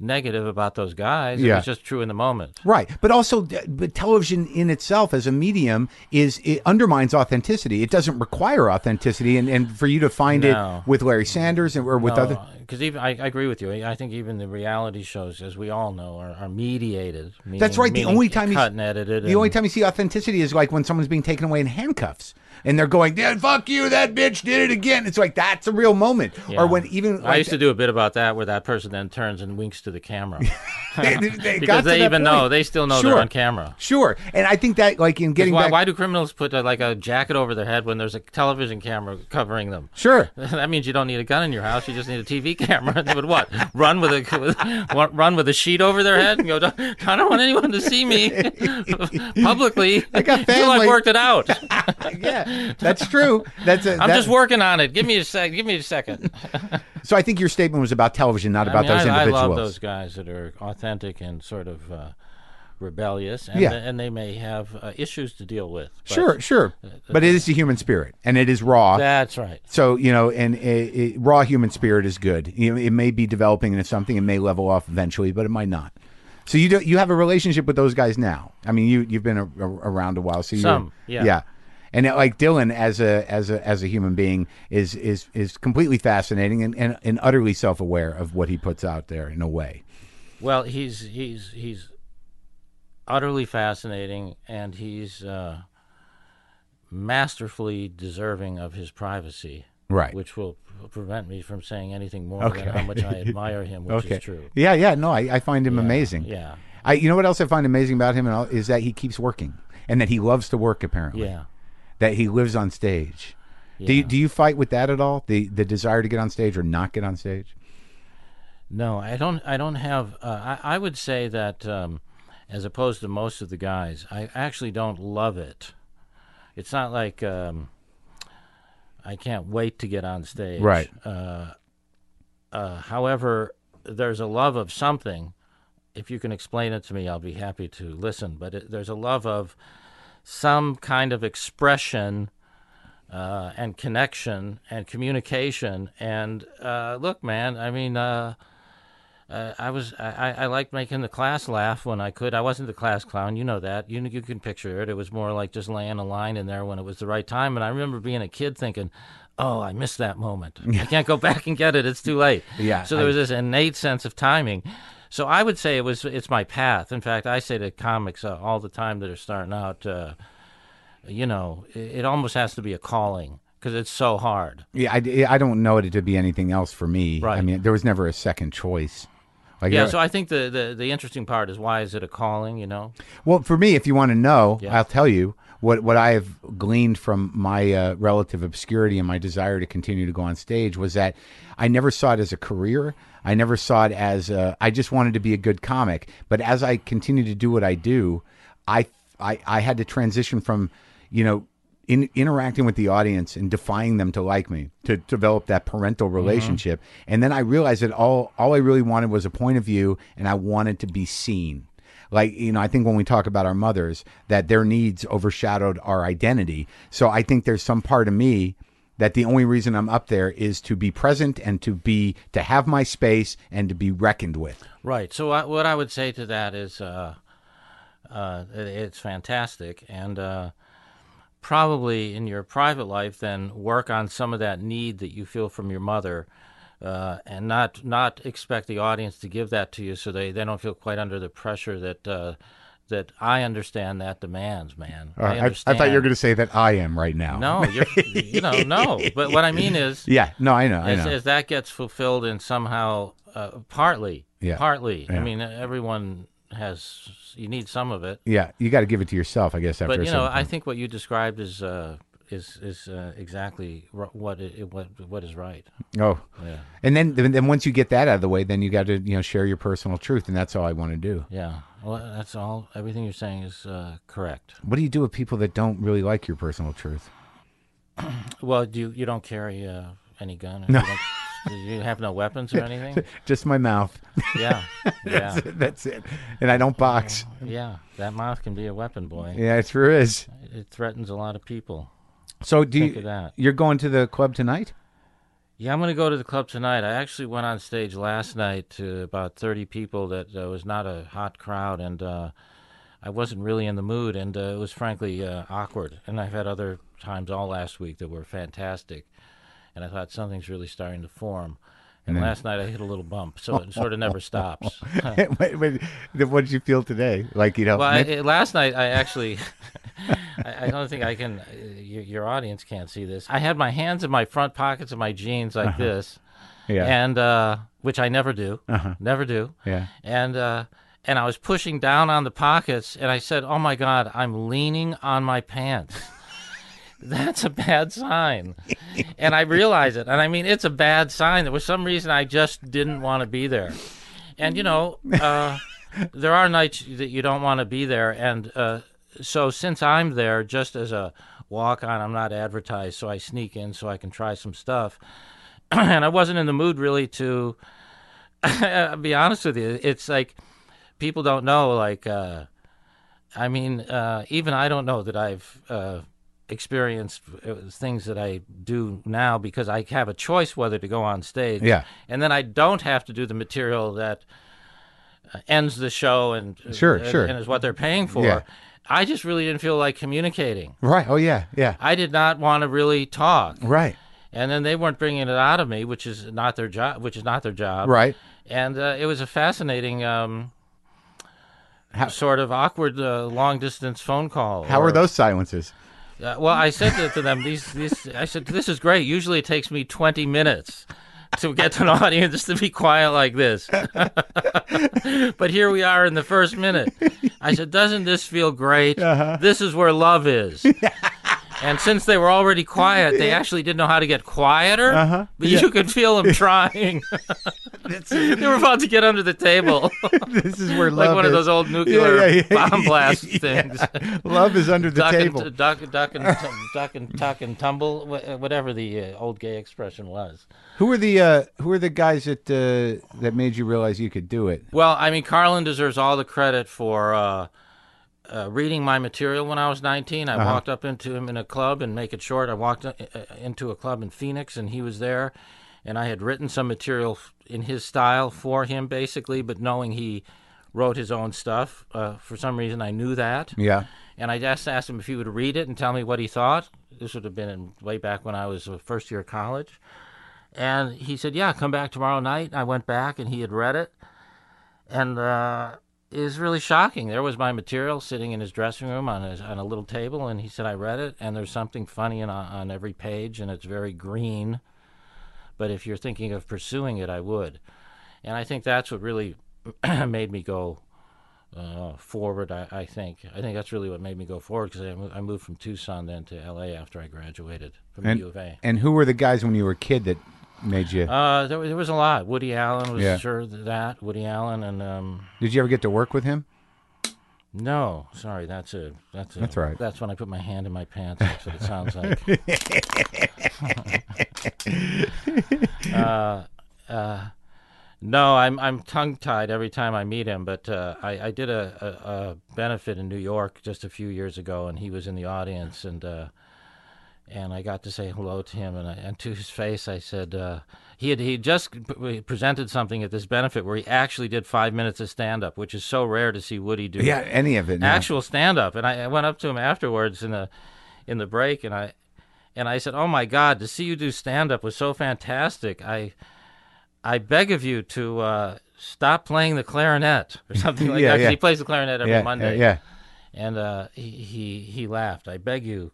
negative about those guys. It Yeah. was just true in the moment. right. But also, uh, but television in itself as a medium is it undermines authenticity. It doesn't require authenticity, and, and for you to find No. it with Larry Sanders and or with other Because Uh, even I, I agree with you. I I think even the reality shows, as we all know, are, are mediated. Meaning, That's right. The meaning only time you- cut and edited. The only and- time you see authenticity is like when someone's being taken away in handcuffs and they're going, "Yeah, fuck you, that bitch did it again." It's like that's a real moment. Yeah. Or when even I like, used to do a bit about that, where that person then turns and winks to (laughs) the camera they, they- they got (laughs) because to they that even know point. they still know Sure. they're on camera. Sure, and I think that like in getting Why, back, why do criminals put uh like a jacket over their head when there's a television camera covering them? (laughs) sure, That means you don't need a gun in your house. You just need a TV (laughs) camera. They would what? Run with a with- wa- run with a sheet over their head and go. "Don't- I don't want anyone to see me (laughs) publicly. I got (laughs) Until family. I worked (laughs) it out. yeah, that's true. That's a, I'm that- just working on it. Give me a sec. Give me a second. so I think your statement was about television, not about I mean, those I, individuals. I love those guys that are authentic and sort of uh, rebellious, and, Yeah. and they may have uh, issues to deal with. but- Sure, sure, but it is the human spirit, and it is raw. that's right. So you know, and uh uh, raw human spirit is good. You know, it may be developing into something. It may level off eventually, but it might not. So you do, you have a relationship with those guys now. I mean, you you've been a, a- around a while. So you, Some, yeah. yeah. And uh, like Dylan, as a as a as a human being, is is is completely fascinating and, and, and utterly self aware of what he puts out there in a way. Well, he's he's he's utterly fascinating, and he's uh, masterfully deserving of his privacy. Right. Which will p- prevent me from saying anything more than how (laughs) much I admire him, which okay. is true. Yeah, yeah. No, I, I find him amazing. Yeah. I, you know what else I find amazing about him and all, is that he keeps working and that he loves to work apparently. Yeah. That he lives on stage. Do you, do you fight with that at all? The the desire to get on stage or not get on stage? No, I don't. I don't have. Uh, I, I would say that, um, as opposed to most of the guys, I actually don't love it. It's not like um, I can't wait to get on stage. Right. Uh, however, there's a love of something. If you can explain it to me, I'll be happy to listen. But it, there's a love of some kind of expression uh, and connection and communication. And uh, look, man, I mean, uh, uh, I was I, I I liked making the class laugh when I could. I wasn't the class clown, you know that. You you can picture it. It was more like just laying a line in there when it was the right time. And I remember being a kid thinking, "Oh, I missed that moment. I can't go back and get it. It's too late." Yeah, So there was this innate sense of timing. So I would say it was it's my path. In fact, I say to comics uh, all the time that are starting out. Uh, you know, it, it almost has to be a calling because it's so hard. Yeah, I, I don't know it to be anything else for me. I Right. mean, there was never a second choice. Like, Yeah. uh, So I think the, the the interesting part is why is it a calling? You know. well, for me, if you want to know, Yeah. I'll tell you what what I have gleaned from my uh, relative obscurity and my desire to continue to go on stage was that I never saw it as a career. I never saw it as a, I just wanted to be a good comic. But as I continued to do what I do, I I, I had to transition from, you know, in interacting with the audience and defying them to like me to develop that parental relationship and then i realized that all all i really wanted was a point of view and i wanted to be seen like you know i think when we talk about our mothers that their needs overshadowed our identity so i think there's some part of me that the only reason i'm up there is to be present and to be to have my space and to be reckoned with Right. So I, what I would say to that is, uh, uh, it- it's fantastic, and uh, probably in your private life, then work on some of that need that you feel from your mother, uh, and not not expect the audience to give that to you, so they, they don't feel quite under the pressure that uh, that I understand that demands, man. I understand. thought you were going to say that i am right now No, you're, you know, no. But what (laughs) I mean is, yeah no i know i as, know as that gets fulfilled in somehow uh, partly Yeah. partly Yeah. i mean everyone has you need some of it yeah you got to give it to yourself i guess after but a you know certain i think what you described is uh, is is uh, exactly r- what it, what what is right Oh, and then then once you get that out of the way, then you got to you know share your personal truth, and that's all I want to do. yeah well that's all everything you're saying is uh, correct What do you do with people that don't really like your personal truth? well do you, you don't carry uh, any gun no. you, don't- do you have no weapons (laughs) or anything Just my mouth. (laughs) yeah yeah that's it. And I don't box. yeah that mouth can be a weapon boy Yeah, it sure is. it threatens a lot of people So do Think you? of that. You're going to the club tonight? Yeah, I'm going to go to the club tonight. I actually went on stage last night to about 30 people. That uh, was not a hot crowd, and uh, I wasn't really in the mood, and uh, it was frankly uh, awkward. And I've had other times all last week that were fantastic, and I thought something's really starting to form. And last night I hit a little bump, so it sort of never stops. (laughs) Wait, wait, what did you feel today? Like you know? Well, I, maybe- I- last night I actually, (laughs) I, I don't think I can. Uh, your, your audience can't see this. I had my hands in my front pockets of my jeans like this, Uh-huh. Yeah. Uh-huh. and uh, which I never do, never do. Yeah. and uh, and I was pushing down on the pockets, and I said, "Oh my God, I'm leaning on my pants." (laughs) That's a bad sign. and I realize it. And I mean, it's a bad sign. There was some reason I just didn't want to be there. And, you know, uh, (laughs) there are nights that you don't want to be there. And uh, so since I'm there just as a walk on, I'm not advertised. So I sneak in so I can try some stuff. (clears throat) and I wasn't in the mood really to (laughs) I'll be honest with you. It's like people don't know, like, uh, I mean, uh, even I don't know that I've uh, experienced uh, things that I do now because I have a choice whether to go on stage. Yeah. And then I don't have to do the material that uh, ends the show and uh, Sure, and, sure. and is what they're paying for. Yeah. I just really didn't feel like communicating. right. Oh yeah, yeah. I did not want to really talk. Right. And then they weren't bringing it out of me, which is not their job, which is not their job Right. and uh, it was a fascinating um, How- sort of awkward uh, long distance phone call. How or- are those silences? Uh, well, I said to- to them, these, these, I said, this is great. Usually it takes me 20 minutes to get an (laughs) audience to be quiet like this. (laughs) but here we are in the first minute. I said, doesn't this feel great? Uh-huh. This is where love (laughs) is. and since they were already quiet, they actually didn't know how to get quieter, uh-huh. but you could feel (laughs) them trying. (laughs) they were about to get under (laughs) the table. (laughs) This is where love Like one is. of those old nuclear yeah, (laughs) yeah. bomb blast things. love is under the duck table. And, duck, duck and tum- duck and tuck and tumble, wha- uh, whatever the uh, old gay expression was. who are the uh, Who are the guys that uh, that made you realize you could do it? Well, I mean, Carlin deserves all the credit for uh, uh, reading my material when I was 19. I walked up into him in a club and make it short. I walked uh, uh, into a club in Phoenix and he was there. And I had written some material f- in his style for him, basically, but knowing he wrote his own stuff, uh, for some reason I knew that. Yeah, and I just asked him if he would read it and tell me what he thought. This would have been in, way back when I was a first year of college. And he said, "Yeah, come back tomorrow night." I went back, and he had read it, and uh, it was really shocking. There was my material sitting in his dressing room on a, on a little table, and he said, "I read it, and there's something funny in, on every page, and it's very green." But if you're thinking of pursuing it, I would, and I think that's what really (clears throat) made me go uh, forward. I, I think I think that's really what made me go forward because I, mo- I moved from Tucson then to L.A. after I graduated from and U of A. and who were the guys when you were a kid that made you? Uh, there, wa- there was a lot. Woody Allen was Yeah. sure th- that Woody Allen and um, Did you ever get to work with him? no, sorry, that's a that's a, That's all right. That's when I put my hand in my pants. That's what it (laughs) sounds like. (laughs) uh, uh, no, I'm I'm tongue tied every time I meet him. But uh, I I did a, a, a benefit in New York just a few years ago, and he was in the audience, and uh, and I got to say hello to him, and, I, and to his face, I said uh, he had he just p- presented something at this benefit where he actually did five minutes of stand up, which is so rare to see Woody do. Yeah, any of it. now. actual stand up, and I, I went up to him afterwards in the in the break, and I and I said, "Oh my God, to see you do stand up was so fantastic. I I beg of you to." Uh, Stop playing the clarinet or something (laughs) like Yeah, that. 'cause yeah. He plays the clarinet every yeah, Monday. Yeah, And uh, he, he he laughed. I (laughs) beg you,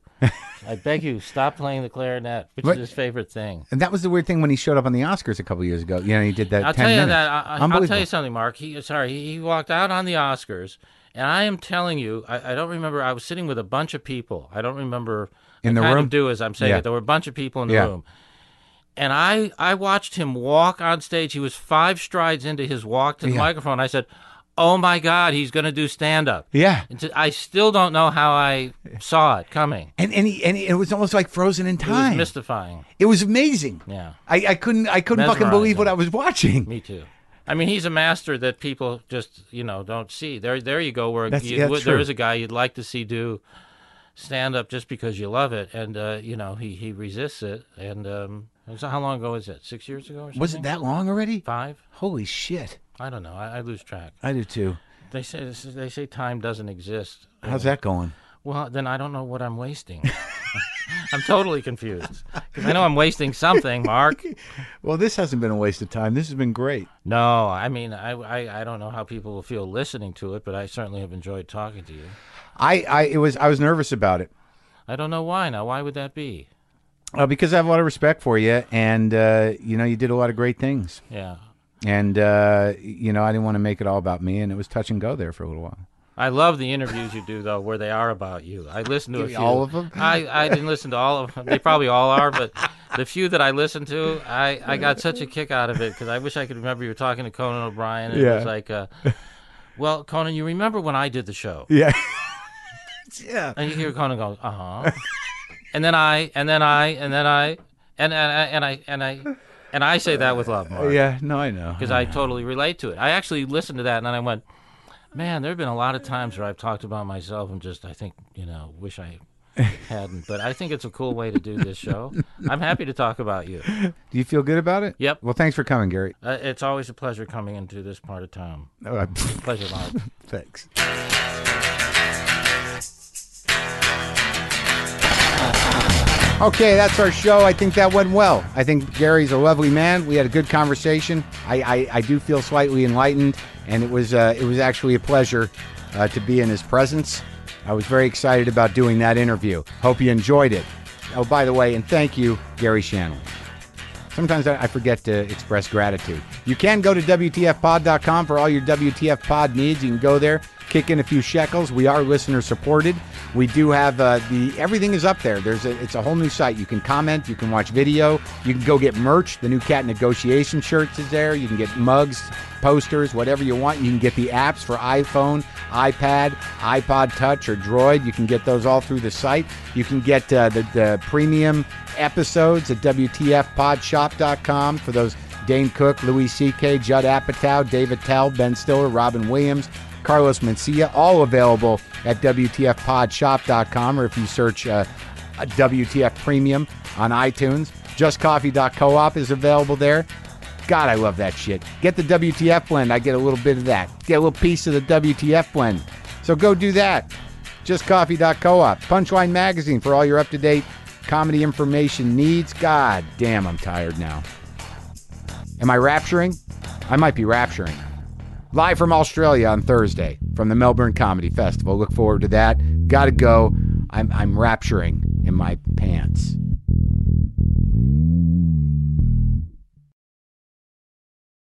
I beg you, stop playing the clarinet, which What? is his favorite thing. and that was the weird thing when he showed up on the Oscars a couple years ago. You know, he did that. I'll 10 tell you minutes. that. I, I, I'll Unbelievable. tell you something, Mark. He sorry, he, he walked out on the Oscars, and I am telling you, I, I don't remember. I was sitting with a bunch of people. I don't remember. In the I kind room? of do as I'm saying Yeah. it. There were a bunch of people in the Yeah. room, and I I watched him walk on stage. He was five strides into his walk to the microphone. I said, "Oh my God, he's going to do stand up." Yeah. And to- I still don't know how I saw it coming. And and, he, and he, it was almost like frozen in It was time. mystifying. It was amazing. Yeah. I, I couldn't I couldn't fucking believe what Mesmerizing. I was watching. Me too. I mean, he's a master that people just you know don't see. There, there you go. Where That's- you, yeah, where true. there is a guy you'd like to see do stand up just because you love it, and uh, you know he he resists it. And um, so how long ago is it? Six years ago or something? Was it that long already? five? Holy shit. I don't know. I, I lose track. I do too. They say they say time doesn't exist. How's that going? Well, then I don't know what I'm wasting. (laughs) I'm totally confused because I know I'm wasting something, (laughs) Mark. Well, this hasn't been a waste of time. This has been great. No, I mean, I, I, I don't know how people will feel listening to it, but I certainly have enjoyed talking to you. I, I it was I was nervous about it I don't know why now. Why would that be? uh, because I have a lot of respect for you, and uh, you know you did a lot of great things, Yeah. and uh, you know I didn't want to make it all about me, and it was touch and go there for a little while. I love the interviews you do, though, where they are about you. I listen to a me few. all of 'em? I, I didn't listen to all of them. They probably all are, but the few that I listened to, I, I got such a kick out of it because I wish I could remember you were talking to Conan O'Brien. And It Yeah. was like, uh, well, Conan, you remember when I did the show? (laughs) Yeah, yeah. And you hear Conan go, uh huh. and then I, and then I, and then I, and, and, I- and I, and I, and I say that with love, Mark. Yeah, no, I know. Because I totally relate to it. I actually listened to that and then I went, man, there have been a lot of times where I've talked about myself and just, I think, you know, wish I hadn't. But I think it's a cool way to do this show. I'm happy to talk about you. Do you feel good about it? Yep. Well, thanks for coming, (laughs) Gary. Uh, it's always a pleasure coming into this part of town. Uh, Pleasure, Mark. thanks. Okay, that's our show. I think that went well. I think Gary's a lovely man. We had a good conversation. I, I, I do feel slightly enlightened, and it was uh, it was actually a pleasure uh, to be in his presence. I was very excited about doing that interview. Hope you enjoyed it. Oh, by the way, and thank you, Gary Shanley. Sometimes I I forget to express gratitude. You can go to WTFpod.com for all your WTF pod needs. You can go there, kick in a few shekels. We are listener supported. We do have uh, the everything is up there. There's a, it's a whole new site. You can comment, you can watch video, you can go get merch. The new cat negotiation shirts is there. You can get mugs, posters, whatever you want. You can get the apps for iPhone, iPad, iPod Touch, or Droid. You can get those all through the site. You can get uh, the, the premium episodes at WTFpodshop.com for those Dane Cook, Louis C.K., Judd Apatow, David Tell, Ben Stiller, Robin Williams, Carlos Mencia, all available at WTFpodshop.com or if you search uh, WTF Premium on iTunes. JustCoffee.coop is available there. God, I love that shit. Get the WTF blend. I get a little bit of that. Get a little piece of the WTF blend. So go do that. JustCoffee.coop. Punchline Magazine for all your up to date comedy information needs. God damn, I'm tired now. Am I rapturing? I might be rapturing. Live from Australia on Thursday from the Melbourne Comedy Festival. Look forward to that. Gotta go. I'm, I'm rapturing in my pants.